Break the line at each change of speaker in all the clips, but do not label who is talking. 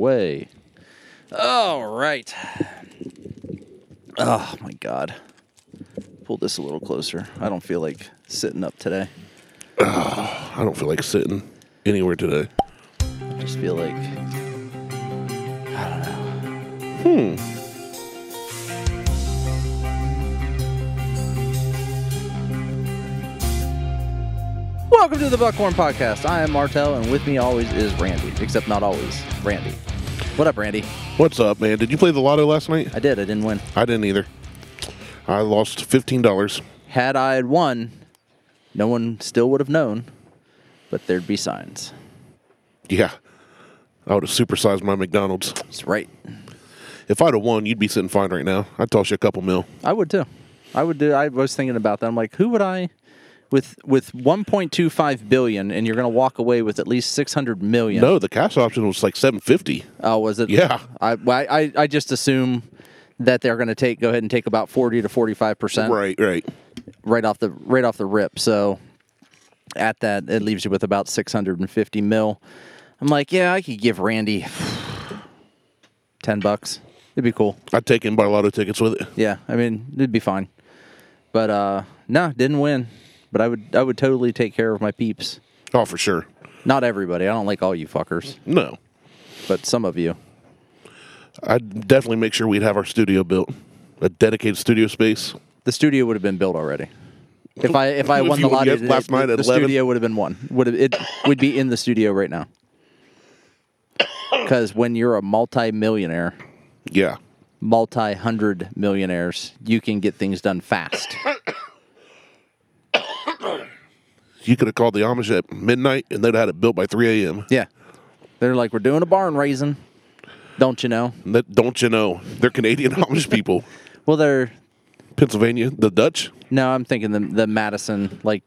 away. All right. Oh my god. Pull this a little closer. I don't feel like sitting up today.
I don't feel like sitting anywhere today.
I just feel like I Hmm. don't know. Hmm. Welcome to the Buckhorn Podcast. I am Martel, and with me always is Randy. Except not always, Randy. What up, Randy?
What's up, man? Did you play the lotto last night?
I did. I didn't win.
I didn't either. I lost fifteen dollars.
Had I had won, no one still would have known, but there'd be signs.
Yeah, I would have supersized my McDonald's.
That's right.
If I'd have won, you'd be sitting fine right now. I'd toss you a couple mil.
I would too. I would do. I was thinking about that. I'm like, who would I, with with 1.25 billion, and you're going to walk away with at least 600 million.
No, the cash option was like seven fifty.
Oh, was it?
Yeah.
I well, I I- I just assume that they're going to take go ahead and take about 40 to 45 percent
Right, right.
right off the right off the rip. So at that, it leaves you with about 650 mil. I'm like, yeah, I could give Randy 10 bucks. It'd be cool.
I'd take in buy lotto tickets with it.
Yeah, I mean, it'd be fine. But uh no, didn't win. But I would I would totally take care of my peeps.
Oh, for sure.
Not everybody. I don't like all you fuckers,
No,
but some of you.
I'd definitely make sure we'd have our studio built, a dedicated studio space.
The studio would have been built already. If I if I
If
won
you
the
would
lottery
get
today,
last night
the,
at
the
11.
studio would have been one. Would have, it would be in the studio right now. Cuz when you're a multi-millionaire,
Yeah,
multi-hundred millionaires, you can get things done fast.
you could have called the Amish at midnight, and they'd had it built by three a.m.
Yeah. They're like we're doing a barn raising. Don't you know?
And That don't you know? They're Canadian Amish people.
Well, they're
Pennsylvania, the Dutch.
No, I'm thinking the the Madison, like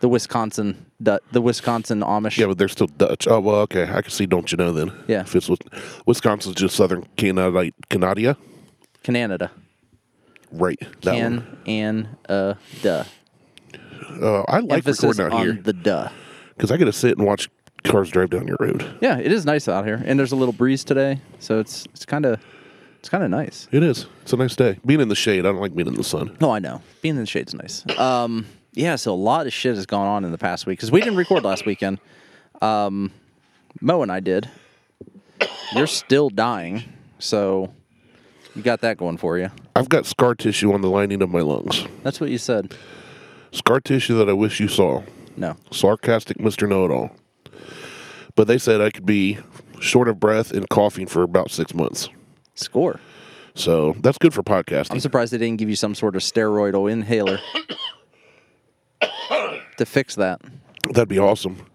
the Wisconsin, the, the Wisconsin Amish.
Yeah, but they're still Dutch. Oh well, okay. I can see. Don't you know then?
Yeah.
If it's Wis- Wisconsin's just Southern Canada, Canada,
Canada,
right? That one.
can and uh duh.
Uh, I like
Emphasis
recording out
on
here
the duh.
because I get to sit and watch cars drive down your road.
Yeah, it is nice out here, and there's a little breeze today, so it's it's kind of it's kind of nice.
It is. It's a nice day. Being in the shade. I don't like being in the sun.
Oh, I know. Being in the shade's nice. Um, yeah. So a lot of shit has gone on in the past week because we didn't record last weekend. Um, Mo and I did. You're still dying, so you got that going for you.
I've got scar tissue on the lining of my lungs.
That's what you said.
Scar tissue that I wish you saw.
No.
Sarcastic Mister Know It All. But they said I could be short of breath and coughing for about six months.
Score.
So that's good for
I'm
podcasting.
surprised they didn't give you some sort of steroidal inhaler to fix that.
That'd be awesome.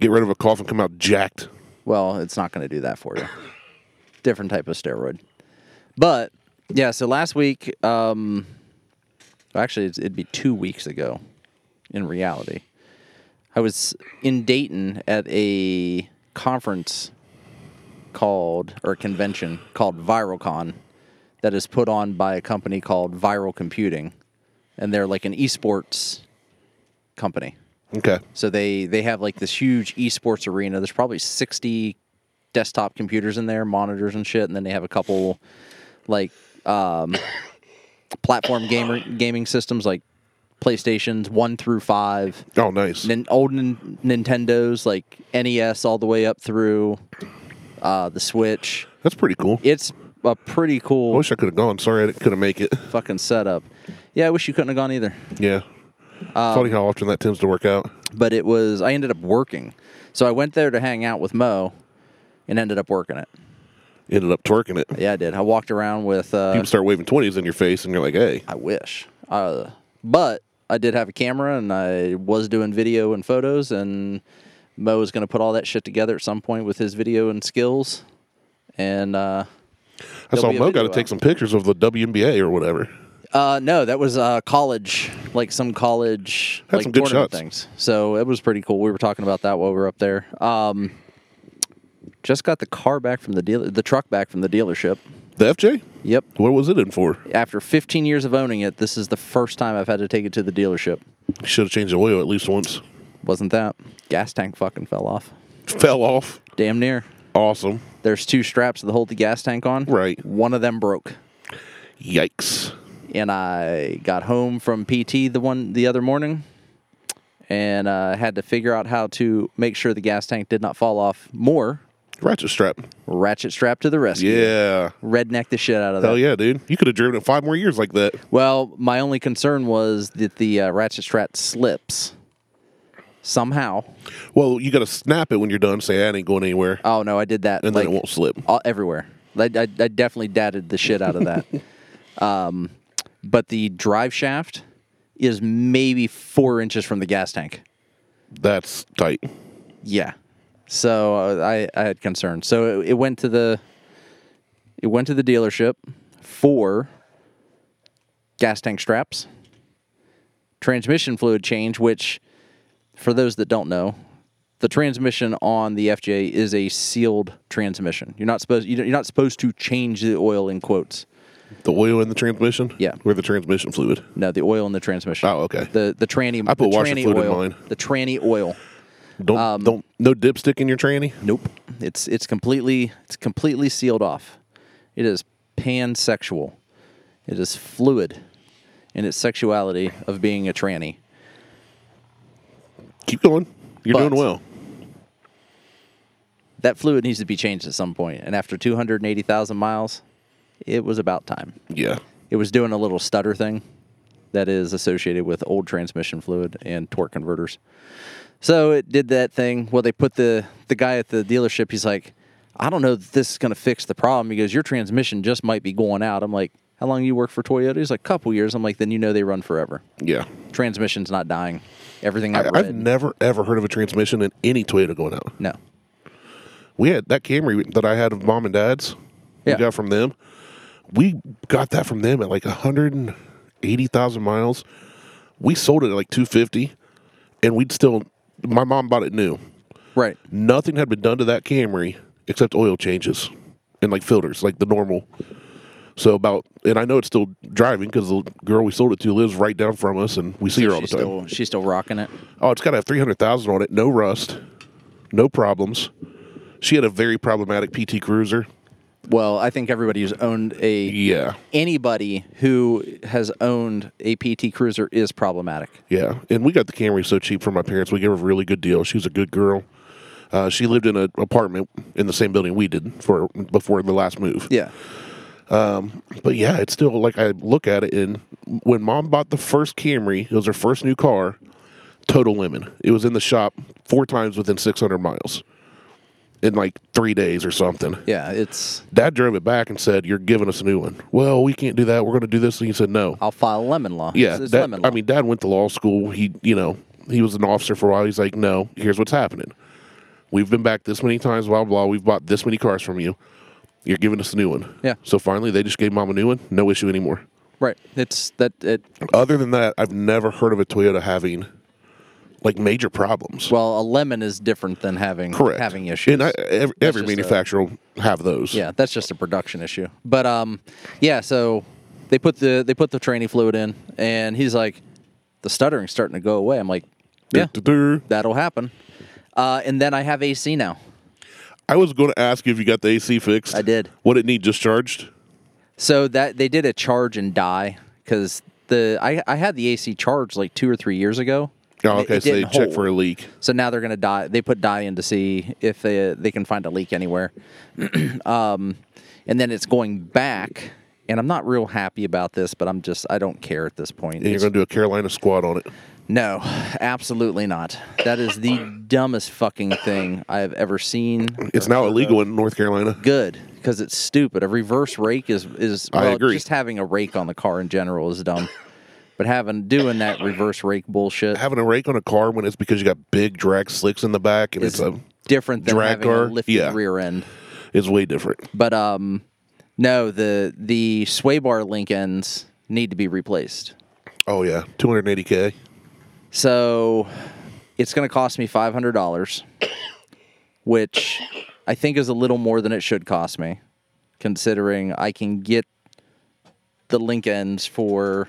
Get rid of a cough and come out jacked.
Well, it's not going to do that for you. Different type of steroid. But yeah, so last week, um, actually, it's- it'd be two weeks ago in reality. I was in Dayton at a conference called, or a convention called ViralCon that is put on by a company called Viral Computing. And they're like an esports company.
Okay.
So they they have like this huge esports arena. There's probably 60 desktop computers in there, monitors and shit, and then they have a couple like um, platform gamer gaming systems like PlayStations 1 through 5,
Oh, nice.
nin- old nin- Nintendos like NES all the way up through uh, the Switch.
That's pretty cool.
It's a pretty
I
cool
wish I could have gone. Sorry I couldn't make it.
fucking setup. Yeah, I wish you couldn't have gone either.
Yeah.
Um,
Funny how often that tends to work out.
but it was I ended up working. So I went there to hang out with Mo and ended up working it.
Ended up twerking it.
Yeah, I did. I walked around with uh
People start waving 20s in your face and you're like, hey,
I wish. Uh but I did have a camera and I was doing video and photos and Mo is going to put all that shit together at some point with his video and skills. And uh
I saw
be a
Mo got to
video
take
out.
some pictures of the WNBA or whatever.
Uh, no, that was uh, college, like some college
Had
like
some good
tournament
shots.
things. So it was pretty cool. We were talking about that while we were up there. Um, just got the car back from the dealer, the truck back from the dealership.
The FJ?
Yep.
What was it in for?
After 15 years of owning it, this is the first time I've had to take it to the dealership.
Should have changed the oil at least once.
Wasn't that gas tank fucking fell off?
Fell off.
Damn near.
Awesome.
There's two straps to hold the gas tank on.
Right.
One of them broke,
Yikes.
and I got home from PT the one the other morning, and uh, had to figure out how to make sure the gas tank did not fall off more.
Ratchet strap.
Ratchet strap to the rescue.
Yeah.
Redneck the shit out of that.
Hell yeah, dude. You could have driven it five more years like that.
Well, my only concern was that the uh, ratchet strap slips somehow.
Well, you got to snap it when you're done. Say, that ain't going anywhere.
Oh no, I did that
and
like
then it won't slip.
all, everywhere. I, I, I definitely datted the shit out of that. um, but the drive shaft is maybe four inches from the gas tank.
That's tight.
Yeah, so uh, I I had concerns. So it, it went to the it went to the dealership for gas tank straps, transmission fluid change, which for those that don't know, the transmission on the FJ is a sealed transmission. You're not supposed you don't- you're not supposed to change the oil in quotes.
The oil in the transmission?
Yeah.
Or the transmission fluid?
No, the oil in the transmission.
Oh, okay.
The the tranny.
I put
the
washer
tranny
fluid in
oil,
mine.
The tranny oil.
Don't, don't, no dipstick in your tranny?
Um, Nope. It's it's completely it's completely sealed off. It is pansexual. It is fluid in its sexuality of being a tranny.
Keep going. You're
But-
doing well.
That fluid needs to be changed at some point, and after 280,000 miles, it was about time.
Yeah.
It was doing a little stutter thing that is associated with old transmission fluid and torque converters. So it did that thing. Well, they put the the guy at the dealership. He's like, I don't know that this is going to fix the problem. He goes, your transmission just might be going out. I'm like, how long you work for Toyota? He's like, couple years. I'm like, then you know they run forever.
Yeah.
Transmission's not dying. Everything I've
I,
read.
I've never, ever heard of a transmission in any Toyota going out.
no.
We had that Camry that I had of mom and dad's.
Yeah.
We got from them. We got that from them at like 180,000 miles. We sold it at like 250 and we'd still my mom bought it new.
Right.
Nothing had been done to that Camry except oil changes and like filters, like the normal. So about and I know it's still driving because the girl we sold it to lives right down from us and we see her all the
she's
time.
still she's still rocking it.
Oh, it's got to have 300,000 on it. No rust, no problems. She had a very problematic PT Cruiser.
Well, I think everybody who's owned a
Yeah.
anybody who has owned a PT Cruiser is problematic.
Yeah. And we got the Camry so cheap from my parents. We gave her a really good deal. She was a good girl. Uh, she lived in an apartment in the same building we did for before the last move.
Yeah.
But yeah, it's still like I look at it and when mom bought the first Camry, it was her first new car, total lemon. It was in the shop four times within 600 miles in like three days or something.
Yeah, it's
Dad drove it back and said, "You're giving us a new one." Well, we can't do that. We're going to do this, and he said, "No."
I'll file lemon law.
yeah,
Oh, it's, it's
Dad-
lemon law.
I mean, Dad went to law school. He, you know, he was an officer for a while. He's like, "No, here's what's happening. We've been back this many times. Blah blah. We've bought this many cars from you. You're giving us a new one."
Yeah.
So finally, they just gave Mom a new one. No issue anymore.
right. It's that it.
Other than that, I've never heard of a Toyota having like major problems.
Well, a lemon is different than having
Correct.
having issues.
and I, every, every
just a-
manufacturer will have those.
yeah, that's just a production issue. But um, yeah. So they put the they put the training fluid in, and he's like, the stuttering's starting to go away. I'm like, yeah,
Du-du-du.
that'll happen. Uh, and then I have AC now.
I was going to ask you if you got the AC fixed.
I did.
What it need discharged?
So that they did a charge and die because the I, I had the AC charged like two or three years ago.
Oh,
and it-
okay,
it
so they
didn't
check
hold.
for a leak.
So now they're gonna die. They put dye in to see if they they can find a leak anywhere. um, and then it's going back. And I'm not real happy about this, but I'm just I don't care at this point.
And you're
It's-
going to do a Carolina squad on it.
no, absolutely not. That is the dumbest fucking thing I have ever seen.
It's now illegal in North Carolina.
Good because it's stupid. A reverse rake is is
I
well,
agree.
just having a rake on the car in general is dumb. But having doing that reverse rake bullshit
Having a rake on a car when it's because you got big drag slicks in the back and
is
it's a
different than
drag
having
car?
a lifted
Yeah.
rear end.
it's way different.
But um, no, the the sway bar link ends need to be replaced.
Oh yeah, 280k.
So it's going to cost me five hundred dollars, which I think is a little more than it should cost me, considering I can get the link ends for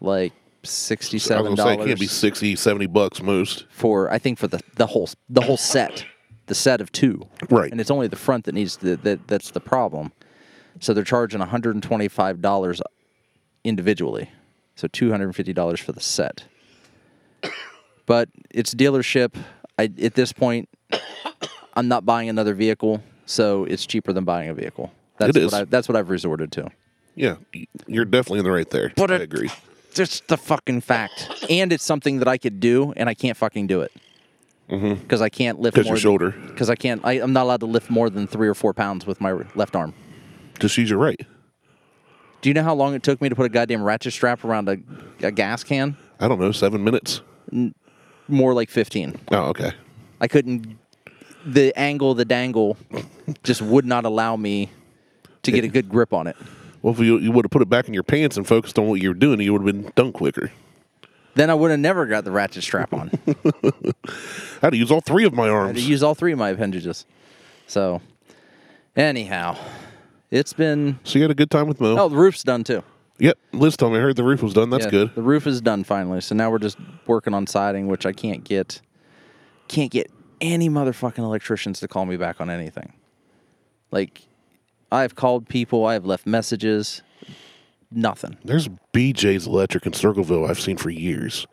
like
I was
sixty-seven
going to say it can't be
dollars
60, 70 bucks most.
for I think for the the whole the whole set. the set of two.
Right.
And it's only the front that needs the, that that's the problem. So they're charging $125 individually. So $250 for the set. But it's dealership. I, at this point, I'm not buying another vehicle, so it's cheaper than buying a vehicle. That's
It is.
what I, that's what I've resorted to.
Yeah, y- you're definitely in the right there.
But
I
it-
agree.
Just the fucking fact. And it's something that I could do, and I can't fucking do it. Because I can't lift
Because
more
Mm-hmm. your
than-
shoulder.
because I can't. I, I'm not allowed to lift more than three or four pounds with my left arm.
Just use your right.
Do you know how long it took me to put a goddamn ratchet strap around a, a gas can?
I don't know, seven minutes.
More like 15.
Oh, okay.
I couldn't. The angle, the dangle, just would not allow me to get a good grip on it.
Well, if you, you would have put it back in your pants and focused on what you were doing, you would have been done quicker.
Then I would have never got the ratchet strap on. I
I had to use all three of my
had to
arms.
use all three of my appendages. So, anyhow, it's been.
So you had a good time with Mo.
Oh, the roof's done too.
Yep. Liz told me. I heard the roof was done. That's
Yeah,
good.
The roof is done finally, so now we're just working on siding, which I can't get. Can't get any motherfucking electricians to call me back on anything. Like, I've called people, I've left messages, nothing.
There's BJ's Electric in Circleville I've seen for years.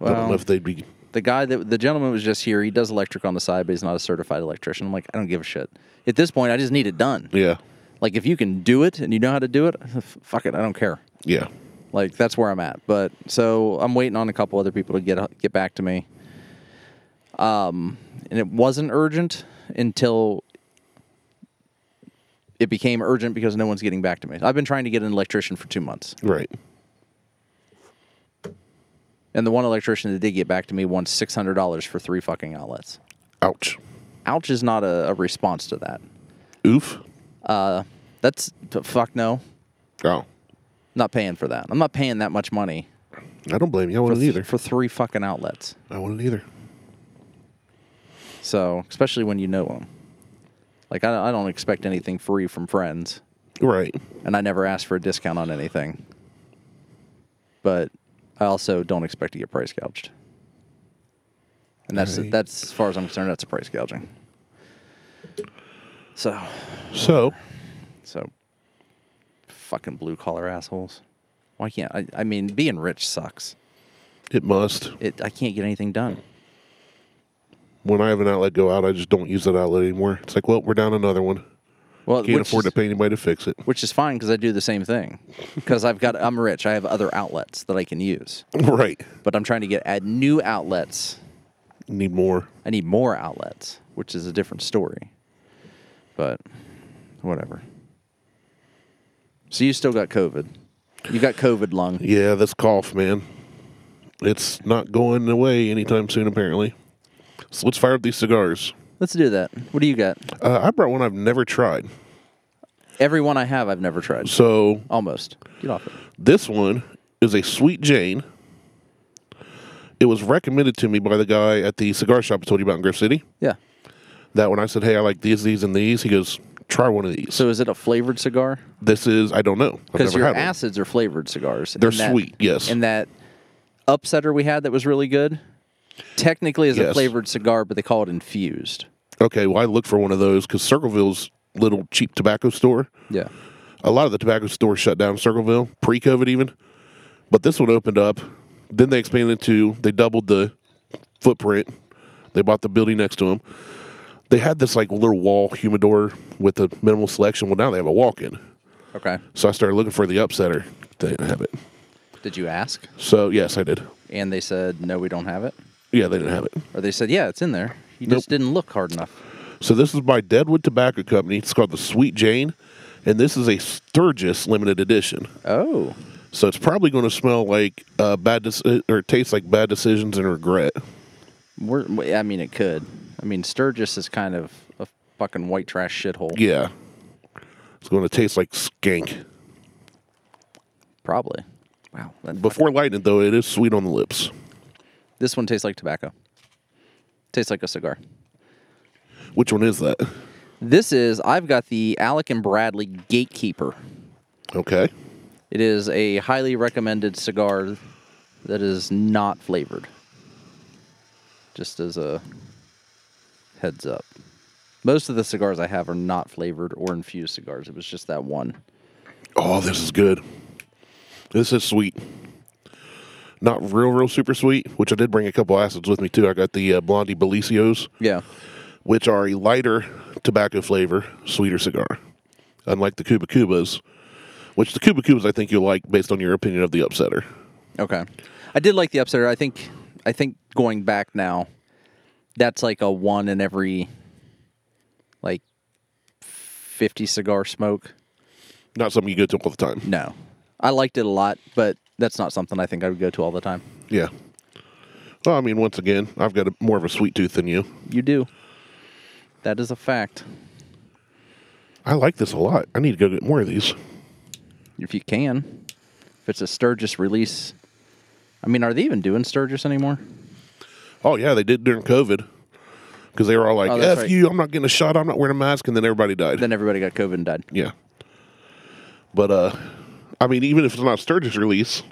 I don't
Well-
know if they'd be.
The guy that the gentleman was just here, he does electric on the side, but he's not a certified electrician. I'm like, I don't give a shit. At this point, I just need it done.
Yeah.
Like, if you can do it and you know how to do it, fuck it, I don't care.
Yeah.
Like that's where I'm at. But so I'm waiting on a couple other people to get uh, get back to me. Um, and it wasn't urgent until it became urgent because no one's getting back to me. I've been trying to get an electrician for two months,
Right.
and the one electrician that did get back to me won six hundred dollars for three fucking outlets.
Ouch.
Ouch is not a, a response to that.
Oof.
That's fuck no.
Oh.
Not paying for that. I'm not paying that much money
I don't blame you. I
for,
wouldn't
th-
either.
for three fucking outlets.
I wouldn't either.
So, especially when you know them. Like, I, I don't expect anything free from friends,
Right.
and I never ask for a discount on anything. But I also don't expect to get price gouged. And that's,
Right.
that's as far as I'm concerned, that's a price gouging. So,
So,
so fucking blue collar assholes. Why can't I? I mean, being rich sucks.
it must.
It, I can't get anything done.
When I have an outlet go out, I just don't use that outlet anymore. It's like, well, we're down another one.
Well,
Can't
which
afford
is-
to pay anybody to fix it.
which is fine because I do the same thing. Because I've got, I'm rich. I have other outlets that I can use,
Right.
but I'm trying to get add new outlets.
Need more.
I need more outlets, which is a different story. But whatever. So you still got COVID. You got COVID lung.
Yeah, this cough, man. It's not going away anytime soon, apparently. So let's fire up these cigars.
Let's do that. What do you got?
Uh, I brought one I've never tried.
Every one I have, I've never tried.
So
Almost. Get off it.
This one is a Sweet Jane. It was recommended to me by the guy at the cigar shop I told you about in Griff City.
Yeah.
That when I said, "Hey, I like these, these, and these," he goes, "Try one of these."
So is it a flavored cigar?
This is I don't know. I've
Because
never
your
had one.
acids are flavored cigars.
They're
and that-
sweet, yes.
And that upsetter we had that was really good, technically is a
Yes.
flavored cigar, but they call it infused.
Okay, well, I looked for one of those because Circleville's little cheap tobacco store.
Yeah.
A lot of the tobacco stores shut down in Circleville pre-COVID, even. But this one opened up. Then they expanded to. They doubled the footprint. They bought the building next to them. They had this like little wall humidor with a minimal selection. Well, now they have a walk-in.
Okay.
So I started looking for the upsetter. They didn't have it.
Did you ask?
So yes, I did.
And they said no, we don't have it.
Yeah, they didn't have it.
Or they said yeah, it's in there. You just didn't look hard enough.
So this is by Deadwood Tobacco Company. It's called the Sweet Jane, and this is a Sturgis limited edition.
Oh.
So it's probably going to smell like uh, bad deci- or taste like bad decisions and regret.
We're, we- I mean, it could. I mean, Sturgis is kind of a fucking white trash shithole.
Yeah. It's going to taste like skink.
Probably. Wow. that-
Before lighting it, though, it is sweet on the lips.
this one tastes like tobacco. Tastes like a cigar.
Which one is that?
This is I've got the Alec and Bradley Gatekeeper.
Okay.
It is a highly recommended cigar that is not flavored. Just as a Heads up. Most of the cigars I have are not flavored or infused cigars. It was just that one.
Oh, this is good. This is sweet. Not real, real super sweet, which I did bring a couple acids with me too. I got the uh, Blondie Belicios,
Yeah.
which are a lighter tobacco flavor, sweeter cigar. Unlike the Cuba Cubas, which the Cuba Cubas I think you'll like based on your opinion of the upsetter.
Okay. I did like the upsetter. I think I think going back now, that's like a one in every like fifty cigar smoke.
Not something you go to all the time.
No. I liked it a lot, but that's not something I think I would go to all the time.
Yeah. Well, I mean, once again, I've got a, more of a sweet tooth than you.
You do. That is a fact.
I like this a lot. I need to go get more of these.
If you can. If it's a Sturgis release. I mean, are they even doing Sturgis anymore?
Oh yeah, they did during COVID because they were all like,
Oh, that's
"F
right.
you, I'm not getting a shot. I'm not wearing a mask," and then everybody died.
Then everybody got COVID and died.
yeah, but uh, I mean, even if it's not Sturgis release,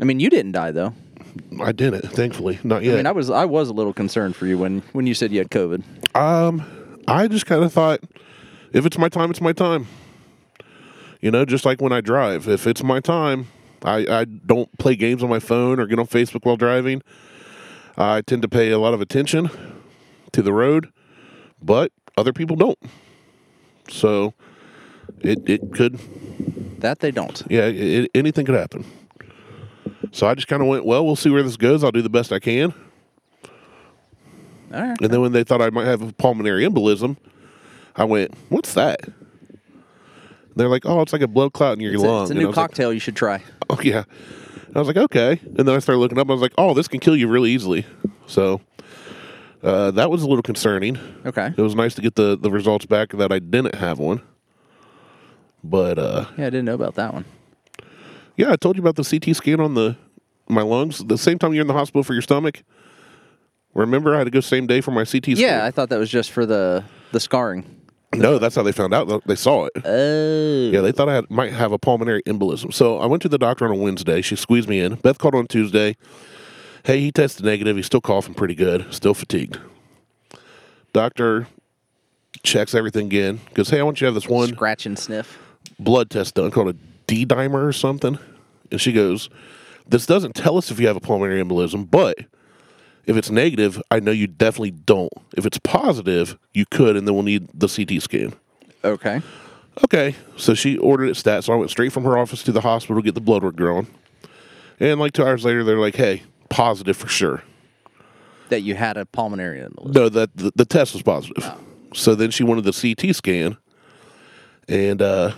I mean, you didn't die though.
I didn't. Thankfully, not
I
yet.
mean, I was I was a little concerned for you when when you said you had COVID.
um, I just kind of thought, if it's my time, it's my time. You know, just like when I drive, if it's my time, I, I don't play games on my phone or get on Facebook while driving. I tend to pay a lot of attention to the road, but other people don't. So it, it could,
That they don't.
yeah, it, anything could happen. So I just kind of went, well, we'll see where this goes. I'll do the best I can.
All right.
And then when they thought I might have a pulmonary embolism, I went, "What's that?" They're like, "Oh, it's like a blood clot in your
It's a,
lung."
it's a
And I
new
was like,
cocktail you should try.
oh yeah. And I was like, "Okay." And then I started looking up. I was like, "Oh, this can kill you really easily." So uh, that was a little concerning.
Okay.
It was nice to get the the results back that I didn't have one. But uh,
Yeah, I didn't know about that one.
yeah, I told you about the CT scan on the my lungs. The same time you're in the hospital for your stomach. Remember, I had to go same day for my CT scan.
Yeah, I thought that was just for the the scarring.
no, that's how they found out. They saw it.
Oh.
Yeah, they thought I had, might have a pulmonary embolism. So I went to the doctor on a Wednesday. She squeezed me in. Beth called on Tuesday. Hey, he tested negative. He's still coughing pretty good, still fatigued. Doctor checks everything again. Goes, hey, I want you to have this one
Scratch and sniff.
blood test done called a D dimer or something. And she goes, This doesn't tell us if you have a pulmonary embolism, but if it's negative, I know you definitely don't. If it's positive, you could, and then we'll need the CT scan.
Okay.
Okay. So she ordered it stat. So I went straight from her office to the hospital to get the blood work drawn. And like two hours later, they're like, hey, positive for sure.
That you had a pulmonary embolism.
No, that the, the test was positive. So then she wanted the CT scan. And uh,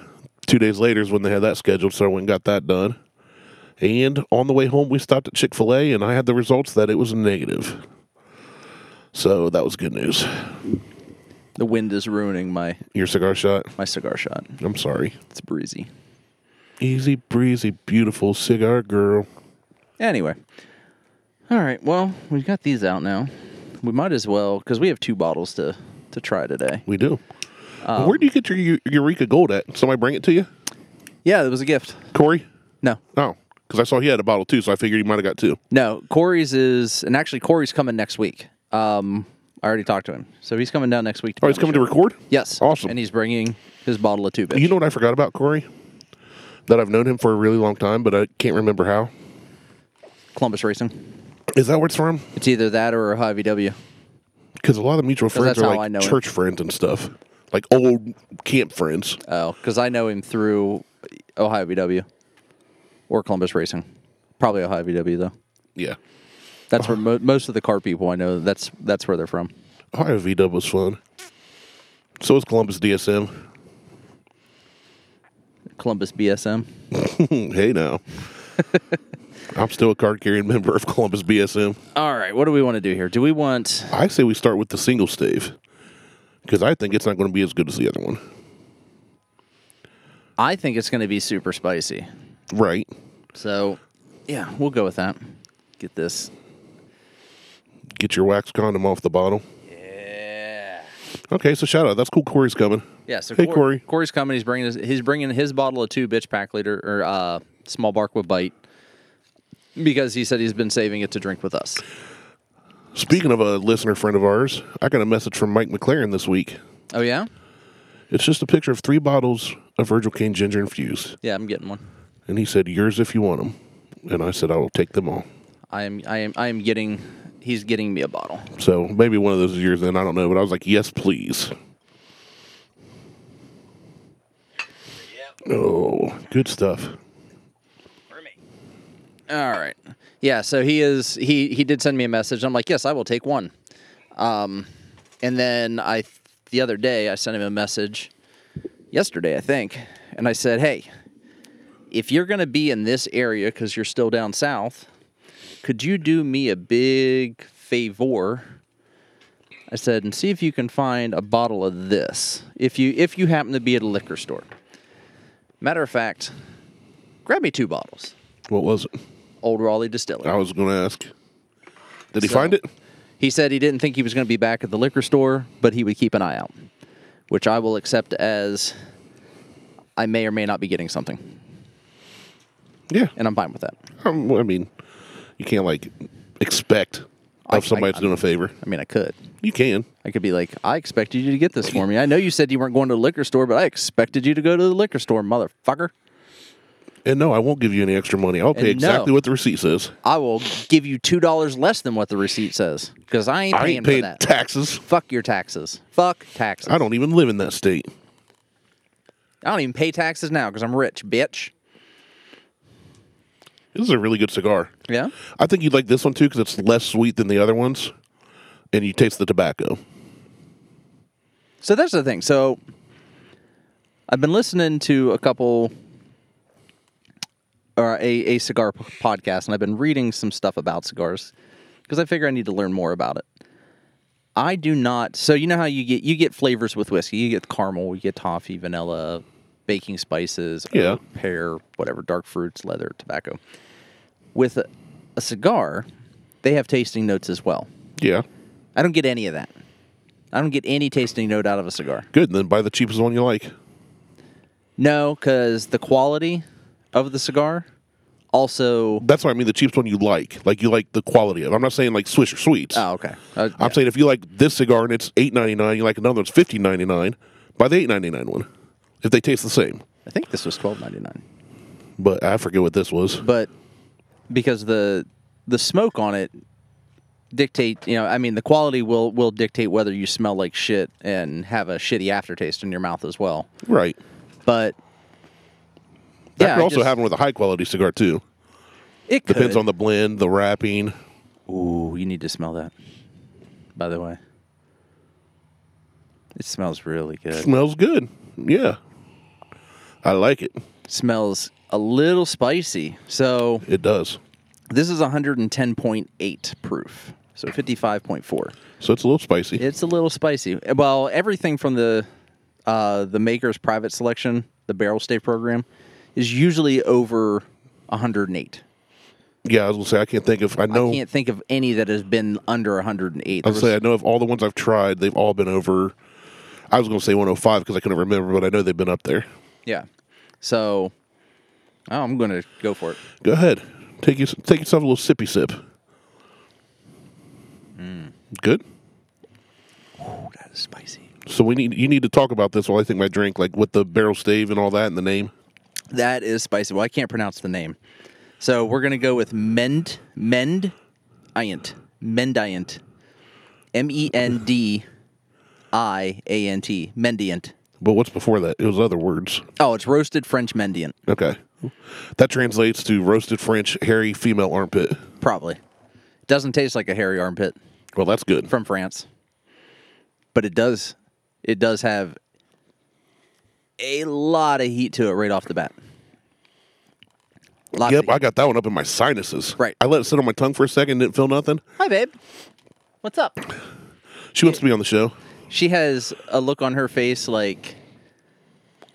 two days later is when they had that scheduled. So I went and got that done. And on the way home, we stopped at Chick fil A and I had the results that it was negative. So that was good news.
The wind is ruining my
Your cigar shot.
my cigar shot.
I'm sorry.
It's breezy.
Easy breezy, beautiful cigar girl.
Anyway. All right. Well, we've got these out now. We might as well because we have two bottles to to try today.
We do. Where do you get your Eu- Eureka Gold at? Somebody bring it to you,
Yeah, it was a gift.
Corey?
No,
Oh, because I saw he had a bottle too, so I figured he might have got two.
No, Corey's is, and actually Corey's coming next week. Um, I already talked to him, so he's coming down next week.
Oh, he's coming to record.
Yes,
Awesome.
And he's bringing his bottle of two bits.
You know what I forgot about Corey? That I've known him for a really long time, but I can't remember how.
Columbus Racing.
Is that where it's from?
It's either that or a high VW.
Because a lot of mutual friends
that's
are
how I
like
know him.
church friends and stuff, like old camp friends.
Oh, because I know him through Ohio VW or Columbus Racing. Probably Ohio VW though.
Yeah,
That's where mo- most of the car people I know. That's that's where they're from.
Ohio V Dub was fun. So was Columbus DSM.
Columbus BSM.
hey now, I'm still a card carrying member of Columbus BSM.
All right, what do we want to do here? Do we want?
I say we start with the single stave because I think it's not going to be as good as the other one.
I think it's going to be super spicy.
Right.
So, yeah, we'll go with that. Get this
Get your wax condom off the bottle.
Yeah.
Okay, so shout out. That's cool. Corey's coming.
Yeah. So
Hey,
Cor-
Corey.
Corey's coming. He's bringing his, he's bringing his bottle of two bitch pack liter or uh, small bark with bite because he said he's been saving it to drink with us.
Speaking of a listener friend of ours, I got a message from Mike McLaren this week.
Oh yeah,
It's just a picture of three bottles of Virgil Cane Ginger Infused.
yeah. I'm getting one.
And he said, Yours if you want them. And I said, I will take them all.
I am. I am. I am getting. He's getting me a bottle.
So maybe one of those is yours then. I don't know. But I was like, Yes, please. Oh, good stuff.
All right. Yeah. So he is. He he did send me a message. I'm like, yes, I will take one. Um, and then I the other day I sent him a message. Yesterday, I think, and I said, hey, if you're gonna be in this area because you're still down south, could you do me a big favor? I said, and see if you can find a bottle of this. If you if you happen to be at a liquor store. Matter of fact, grab me two bottles.
What was it?
Old Raleigh Distillery.
I was going to ask. Did he
So-
find it?
He said he didn't think he was going to be back at the liquor store, but he would keep an eye out, which I will accept as I may or may not be getting something,
Yeah.
and I'm fine with that.
Um, well, I mean, you can't like expect
I-
of somebody
I-
that's doing a favor.
I mean, I could.
You can.
I could be like, I expected you to get this for me. I know you said you weren't going to the liquor store, but I expected you to go to the liquor store, motherfucker.
And no, I won't give you any extra money. I'll pay
And no.
exactly what the receipt says.
I will give you two dollars less than what the receipt says because I ain't
I
paying
ain't
for
paying
that.
taxes.
Fuck your taxes. Fuck taxes.
I don't even live in that state.
I don't even pay taxes now because I'm rich, bitch.
This is a really good cigar.
Yeah.
I think you'd like this one too because it's less sweet than the other ones, and you taste the tobacco.
So that's the thing. So I've been listening to a couple or a, a cigar p- podcast, and I've been reading some stuff about cigars because I figure I need to learn more about it. I do not. So you know how you get you get flavors with whiskey. You get caramel, you get toffee, vanilla, baking spices,
Yeah.
oak, pear, whatever, dark fruits, leather, tobacco. With a, a cigar, they have tasting notes as well.
Yeah,
I don't get any of that. I don't get any tasting note out of a cigar.
good. then buy the cheapest one you like.
No, because the quality of the cigar also.
That's what I mean. The cheapest one you like, like you like the quality of. I'm not saying like Swisher Sweets.
Oh, okay. Uh,
I'm saying if you like this cigar and it's eight ninety nine, you like another one's fifteen ninety nine. Buy the eight ninety nine one if they taste the same.
I think this was twelve ninety nine,
But I forget what this was.
but because the the smoke on it dictate, you know, I mean, the quality will will dictate whether you smell like shit and have a shitty aftertaste in your mouth as well.
Right.
But
That
yeah,
could
I
also
just-
happen with a high quality cigar too.
It
Depends
could.
on the blend, the wrapping.
Ooh, you need to smell that. By the way, it smells really good.
Smells good. Yeah. I like it.
smells a little spicy, so
It does.
This is 110.8 proof, so 55.4.
So it's a little spicy.
It's a little spicy. Well, everything from the uh, the maker's private selection, the barrel stay program, is usually over 108.
yeah, I was gonna say I can't think of I know
I
I,
can't think of any that has been under 108.
was gonna say I know of all the ones I've tried, they've all been over I was gonna say one oh five because I couldn't remember, but I know they've been up there.
yeah. So oh, I'm going to go for it.
Go ahead. Take you take yourself a little sippy sip. Good.
Oh, that is spicy.
So we need you need to talk about this while I think my drink, like with the barrel stave and all that and the name.
That is spicy. Well, I can't pronounce the name. So we're going to go with Mend, Mend, Iant, Mendiant. M E N D I A N T, Mendiant.
But what's before that? It was other words.
Oh, it's roasted French Mendiant,
Okay. That translates to roasted French hairy female armpit.
probably. Doesn't taste like a hairy armpit
Well, that's good.
from France. But it does it does have a lot of heat to it right off the bat. Lots
Yep,
of
I
heat.
got that one up in my sinuses.
Right.
I let it sit on my tongue for a second, didn't feel nothing.
Hi babe. What's up?
She wants to be on the show.
She has a look on her face like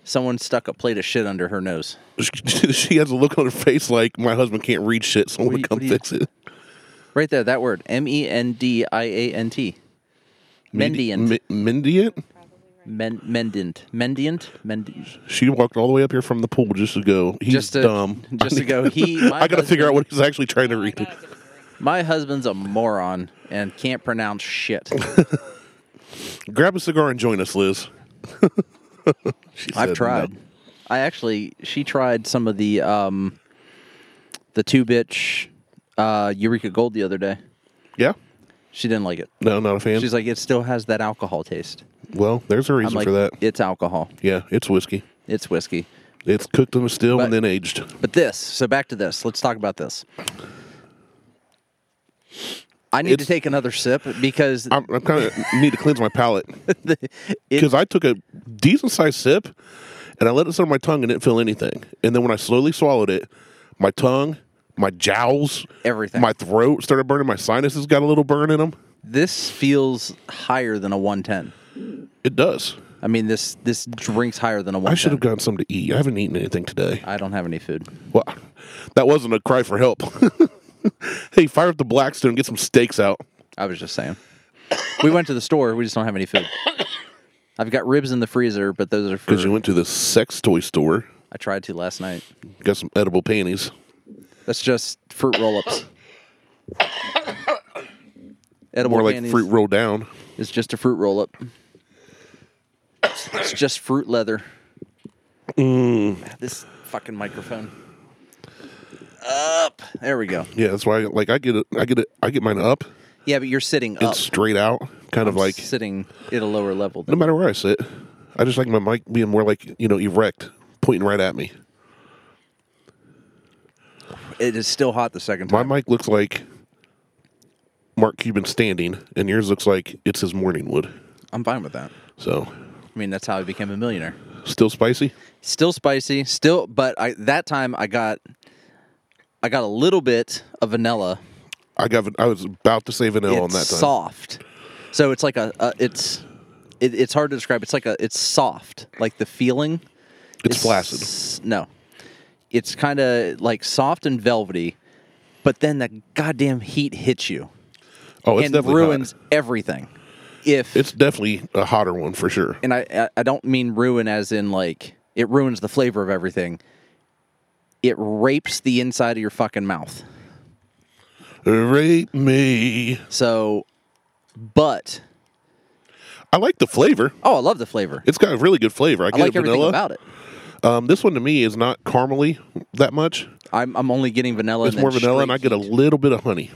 someone stuck a plate of shit under her nose.
She has a look on her face like my husband can't read shit, so I'm
What do
gonna
you-
come
what do you-
fix it.
Right there, that word. M E N D I A N T. Mendiant.
Mi- Mendiant?
Men- Mendiant. Mendiant. Mendiant.
She walked all the way up here from the pool just to go. He's
Just to-
dumb.
just to go, he- my
I gotta figure
husband-
out what he's actually trying to read.
My husband's a moron. and can't pronounce shit.
Grab a cigar and join us, Liz. She said
I've
no.
tried. I actually she tried some of the um the two bitch uh Eureka Gold the other day.
Yeah.
She didn't like it.
No, not a fan.
She's like, it still has that alcohol taste.
well, there's a
I'm
reason
like,
for that.
it's alcohol.
Yeah, it's whiskey.
It's whiskey.
It's cooked in a still
But-
and then aged.
But this, so back to this. Let's talk about this. I need to
It's-
take another sip because
I'm, I'm kind of need to cleanse my palate
it-
because I took a decent sized sip and I let it sit on my tongue and didn't feel anything. And then when I slowly swallowed it, my tongue, my jowls,
Everything.
my throat started burning. My sinuses got a little burn in them.
this feels higher than a 110.
It does.
I mean, this this drinks higher than a
I should have
110.
gotten something to eat. I haven't eaten anything today.
I, don't have any food.
Well, that wasn't a cry for help. hey, fire up the Blackstone, get some steaks out.
I was just saying. We went to the store. We just don't have any food. I've got ribs in the freezer, but those are for.
Because you went to the sex toy store,
I tried to last night.
got some edible panties.
That's just fruit roll ups. Edible
More like
candies
fruit roll down.
is just a fruit roll up. It's just fruit leather.
Mm.
This fucking microphone. Up. There we go.
Yeah, that's why. Like I get it, I get it, I get mine up
Yeah, but you're sitting
and
up.
straight out, kind of like
sitting at a lower level.
no
Than
matter where I sit. I just like my mic being more like you know erect, pointing right at me.
it is still hot the second
My
time.
mic looks like Mark Cuban standing, and yours looks like it's his morning wood.
I'm fine with that.
So,
I mean, that's how I became a millionaire.
still spicy.
Still spicy, still, but I that time I got, I got a little bit of vanilla.
I got. I was about to say vanilla
It's
on that time.
soft, so it's like a, a it's, it, it's hard to describe. It's like a, it's soft, like the feeling.
It's
is
flaccid.
s- No, it's kind of like soft and velvety, but then the goddamn heat hits you
Oh, it's
and
definitely
ruins
Hot.
everything. If
It's definitely a hotter one for sure.
and I- I I don't mean ruin as in like it ruins the flavor of everything. It rapes the inside of your fucking mouth.
Rape me.
So, but
I like the flavor.
oh, I love the flavor.
It's got a really good flavor. I
I
get
like everything
vanilla.
about it.
Um, this one to me is not caramely that much.
I'm I'm only getting vanilla.
It's
and then
more vanilla, and I
straight
get a little bit of honey.
heat-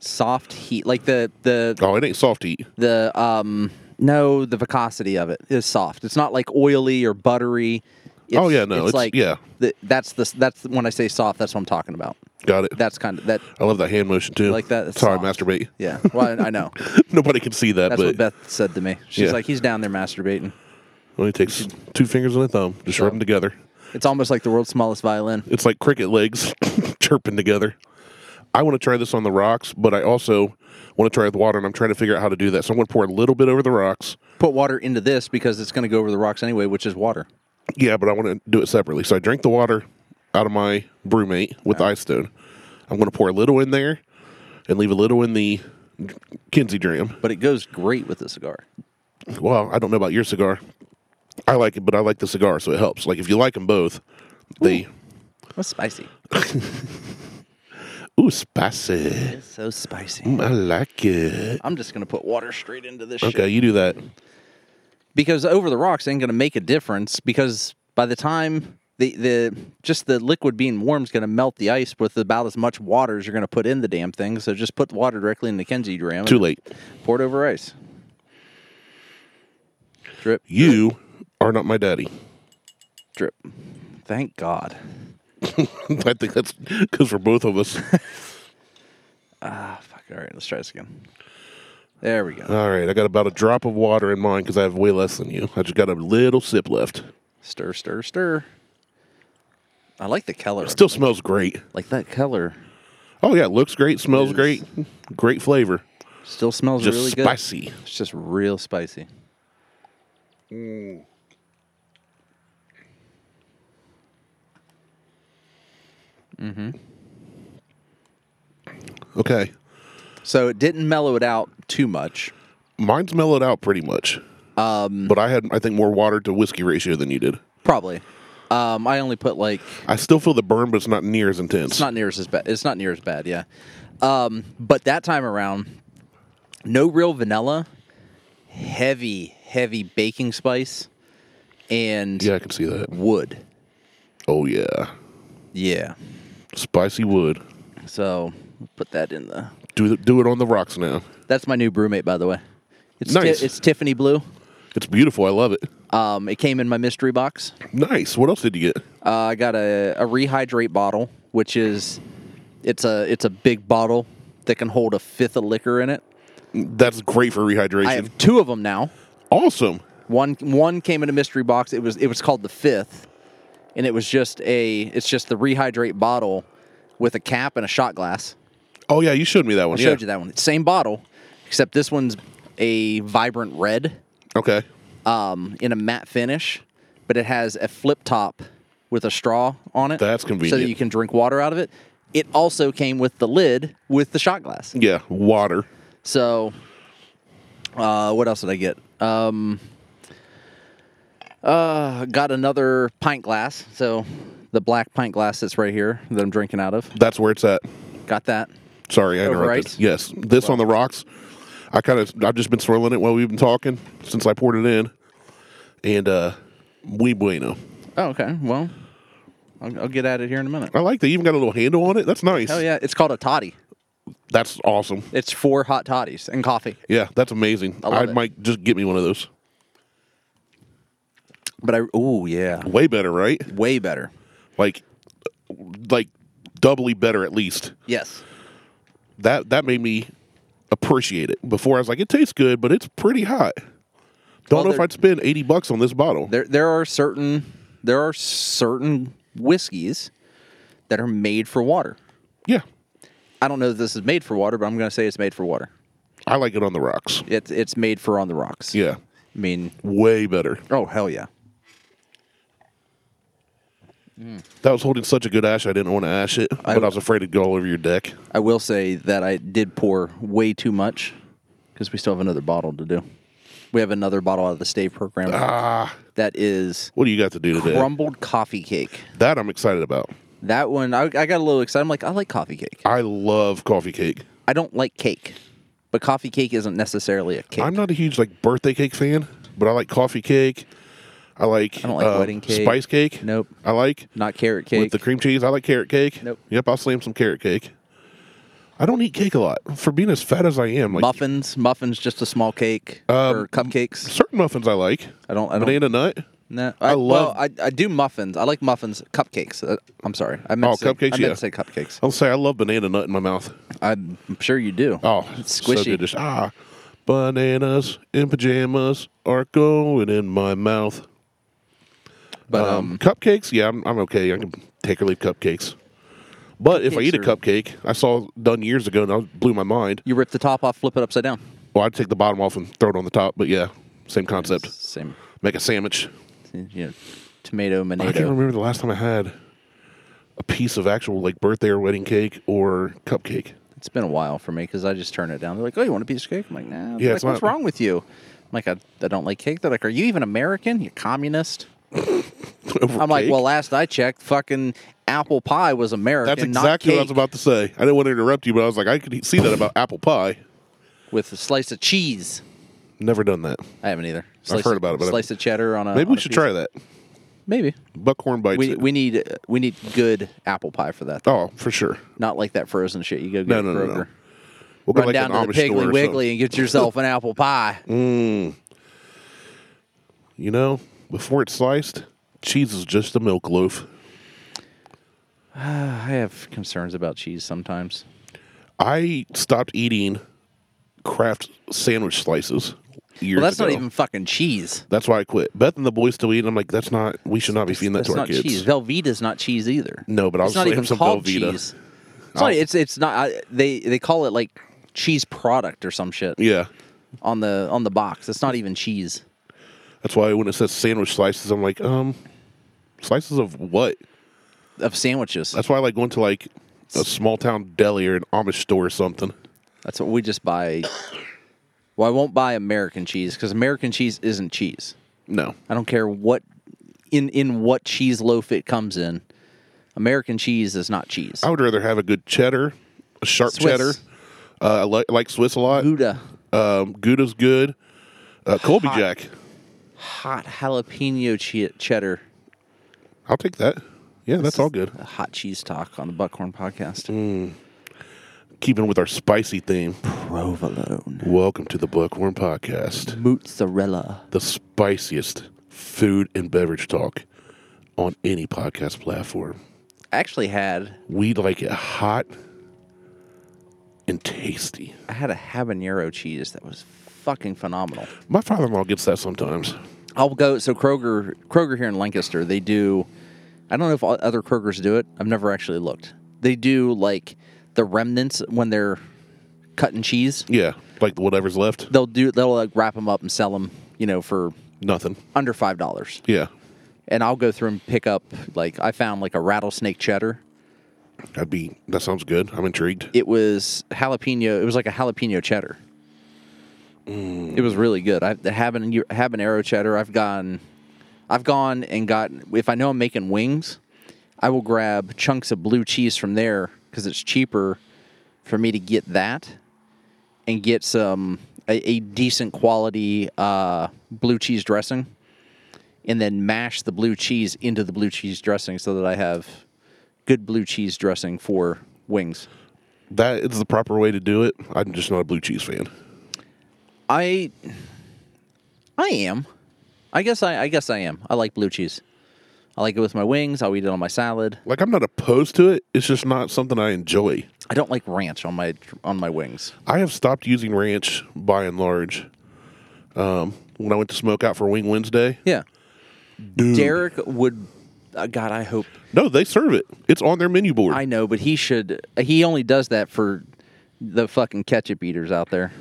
soft heat, like the the
Oh, it ain't soft to eat.
the um no the viscosity of it is soft. It's not like oily or buttery. It's,
Oh, yeah, no,
it's,
it's-
like
yeah.
the, that's the that's when I say soft. That's what I'm talking about.
Got it.
That's kind of that
I love that hand motion too.
like that.
Sorry,
soft.
masturbate.
Yeah, well I I know.
Nobody can see that,
That's
but
what Beth said to me. She's
Yeah.
like, he's down there masturbating.
only takes two fingers and a thumb. Just rub them together.
It's almost like the world's smallest violin.
It's like cricket legs chirping together. I want to try this on the rocks, but I also want to try it with water, and I'm trying to figure out how to do that. So I'm going to pour a little bit over the rocks.
Put water into this because it's going to go over the rocks anyway, which is water.
Yeah, but I want to do it separately. So I drank the water out of my brewmate with the ice stone. I'm going to pour a little in there and leave a little in the Kinsey Dram.
But it goes great with the cigar.
Well, I don't know about your cigar. I like it, but I like the cigar, so it helps. Like if you like them both, they
That's spicy.
ooh spicy.
It's so spicy.
I like it.
I'm just going to put water straight into this
Mm. Okay,
shit.
you do that.
Because over the rocks ain't going to make a difference because by the time the, the just the liquid being warm is going to melt the ice with about as much water as you're going to put in the damn thing. So just put the water directly in the Kenzie dram.
Too
and
late.
Pour it over ice. Drip.
You are not my daddy.
drip. Thank God.
I think that's because for both of us.
Ah, fuck. All right, let's try this again. There we go.
All right, I got about a drop of water in mine because I have way less than you. I just got a little sip left.
Stir, stir, stir. I like the color.
Still smells great.
like that color.
Oh yeah, it looks great, smells great, great flavor,
Still smells
just
really
spicy.
good. It's just real spicy.
Okay,
So it didn't mellow it out too much.
mine's mellowed out pretty much. Um, but I had, I think, more water to whiskey ratio than you did.
Probably. Um, I only put like
I still feel the burn, but it's not near as intense.
it's not near as bad. It's not near as bad. Yeah. Um, but that time around, no real vanilla, heavy, heavy baking spice, and
Yeah, I can see that.
wood.
Oh yeah,
Yeah.
spicy wood.
So put that in the.
Do the, do it on the rocks now.
That's my new brewmate, by the way. It's
Nice.
Ti- it's Tiffany Blue.
It's beautiful. I love it.
Um, it came in my mystery box.
Nice. What else did you get?
Uh, I got a, a rehydrate bottle, which is it's a it's a big bottle that can hold a fifth of liquor in it.
That's great for rehydration.
I have two of them now.
awesome.
One one came in a mystery box. It was it was called the fifth, and it was just a it's just the rehydrate bottle with a cap and a shot glass.
Oh yeah, you showed me that one.
I
yeah.
showed you that one. Same bottle, except this one's a vibrant red
Okay.
um, in a matte finish, but it has a flip top with a straw on it.
That's
So that
convenient.
you can drink water out of it. It also came with the lid with the shot glass.
Yeah, water.
So, uh, what else did I get? Um, uh, got another pint glass. So, the black pint glass that's right here that I'm drinking out of.
That's where it's at.
Got that.
Sorry, I
Over
interrupted.
ice?
Yes, this on the rocks. I kind of I've just been swirling it while we've been talking since I poured it in, and uh, muy bueno.
Oh, okay. Well, I'll, I'll get at it here in a minute.
I like they even got a little handle on it. That's nice.
Oh yeah, it's called a toddy.
That's awesome.
It's four hot toddies and coffee.
Yeah, that's amazing. I,
love it.
might just get me one of those.
But I oh yeah,
Way better, right?
way better.
Like, like doubly better at least.
Yes.
That that made me appreciate it. Before I was like, it tastes good, but it's pretty hot. Don't
Well,
know if
they're-
I'd spend eighty bucks on this bottle.
There there are certain there are certain whiskeys that are made for water.
Yeah,
I don't know if this is made for water, but I'm going to say it's made for water.
I like it on the rocks.
It's it's made for on the rocks.
Yeah,
I mean,
way better.
oh hell yeah.
That was holding such a good ash. I didn't want to ash it, but I was afraid it'd go all over your deck.
I will say that I did pour way too much because we still have another bottle to do. We have another bottle out of the stave program
Ah,
that is
what do you got to do today?
crumbled coffee cake.
That I'm excited about.
That one, I, I got a little excited. I'm like, I like coffee cake.
I love coffee cake.
I don't like cake, but coffee cake isn't necessarily a cake.
I'm not a huge like birthday cake fan, but I like coffee cake. I like I
don't like wedding cake.
spice cake.
Nope.
I like
Not carrot cake.
with the cream cheese. I like carrot cake.
Nope.
Yep, I'll slam some carrot cake. I don't eat cake a lot. For being as fat as I am, like Um,
muffins, muffins, just a small cake or cupcakes.
certain muffins I like.
I don't. I don't.
Banana nut.
no, I, Well,
love-
I, I do muffins. I like muffins, cupcakes. Uh, I'm sorry. I meant
Oh,
to say,
cupcakes,
I meant
yeah. Oh.
to say cupcakes.
I'll say I love banana nut in my mouth.
I'm sure you do.
Oh,
it's
so
squishy.
good. Just, ah, bananas in pajamas are going in my mouth.
but um,
Um, cupcakes, yeah, I'm, I'm okay. I can take or leave cupcakes. But if I
Cupcakes
eat a
are-
cupcake, I saw done years ago and it blew my mind.
you rip the top off, flip it upside down.
Well, I'd take the bottom off and throw it on the top, but yeah, same concept.
Same.
Make a sandwich.
You know, tomato,
I can't
manado.
remember the last time I had a piece of actual like birthday or wedding cake or cupcake.
It's been a while for me because I just turn it down. They're like, "Oh, you want a piece of cake?" I'm like, "Nah." They're
Yeah,
like,
it's
what's
not-
wrong with you? I'm like, I, I don't like cake. They're like, "Are you even American? You communist?"
over
I'm like,
cake.
"Well, last I checked, fucking apple pie was American,
that's
not
exactly
cake
what I was about to say. I didn't want to interrupt you, but I was like, I could see that about apple pie.
with a slice of cheese."
Never done that.
I haven't either. Slice
heard
of-
about it, but I-
slice of cheddar on a.
Maybe
on
we
a
should
piece.
try that.
Maybe
Buckhorn bites.
we
it.
we need uh, we need good apple pie for that.
oh, for sure.
Not like that frozen shit. You go get
No,
at
no, no, no.
Kroger.
We'll
Run
go like
down
an
to
Amish
the
store or
Piggly
something. Mm.
Wiggly and get yourself an apple pie.
You know, before it's sliced, cheese is just a milk loaf.
I have concerns about cheese sometimes.
I stopped eating Kraft sandwich slices years
Well, that's not
ago.
even fucking cheese.
That's why I quit. Beth and the boys still eat. And I'm like, that's not. We should not be feeding that
That's
to our
not
kids.
cheese. Velveeta's not cheese either.
No, but I'll
it's not
slam
even
some
called
Velveeta.
cheese. It's not, it's it's not. I, they they call it like cheese product or some shit
Yeah,
on the on the box. It's not even cheese.
that's why when it says sandwich slices, I'm like, um, slices of what?
Of sandwiches.
That's why I like going to like a small town deli or an Amish store or something.
That's what we just buy. Well, I won't buy American cheese because American cheese isn't cheese.
No,
I don't care what in in what cheese loaf it comes in. American cheese is not cheese.
I would rather have a good cheddar, a sharp
Swiss.
cheddar. Uh, I like like Swiss a lot.
Gouda.
Um, Gouda's good. Uh, Colby
Hot.
Jack.
Hot jalapeno che- cheddar.
I'll take that. Yeah, that's all good.
A hot cheese talk on the Buckhorn podcast.
Keeping with our spicy theme.
Provolone.
Welcome to the Buckhorn Podcast,
Mozzarella.
the spiciest food and beverage talk on any podcast platform.
I actually had
We like it hot and tasty.
I had a habanero cheese that was fucking phenomenal.
My father-in-law gets that sometimes.
I'll go. So Kroger, Kroger here in Lancaster, they do. I don't know if all- other Krogers do it. I've never actually looked. They do like the remnants when they're cutting cheese.
Yeah, like whatever's left.
They'll do. They'll like wrap them up and sell them. You know, for
Nothing.
under five dollars.
Yeah,
And I'll go through and pick up. Like I found like a rattlesnake cheddar.
I'd be. That sounds good. I'm intrigued.
It was jalapeno. It was like a jalapeno cheddar. It was really good. I the haban, habanero cheddar. I've gone, I've gone and gotten. If I know I'm making wings, I will grab chunks of blue cheese from there because it's cheaper for me to get that and get some a, a decent quality uh, blue cheese dressing, and then mash the blue cheese into the blue cheese dressing so that I have good blue cheese dressing for wings.
That is the proper way to do it. I'm just not a blue cheese fan.
I I am. I guess I I guess I am. I like blue cheese. I like it with my wings. I'll eat it on my salad.
Like I'm not opposed to it. It's just not something I enjoy.
I don't like ranch on my on my wings.
I have stopped using ranch by and large. Um, when I went to smoke out for Wing Wednesday,
Yeah.
dude,
Derek would uh, God, I hope
no, they serve it. It's on their menu board.
I know, but he should uh, he only does that for the fucking ketchup eaters out there.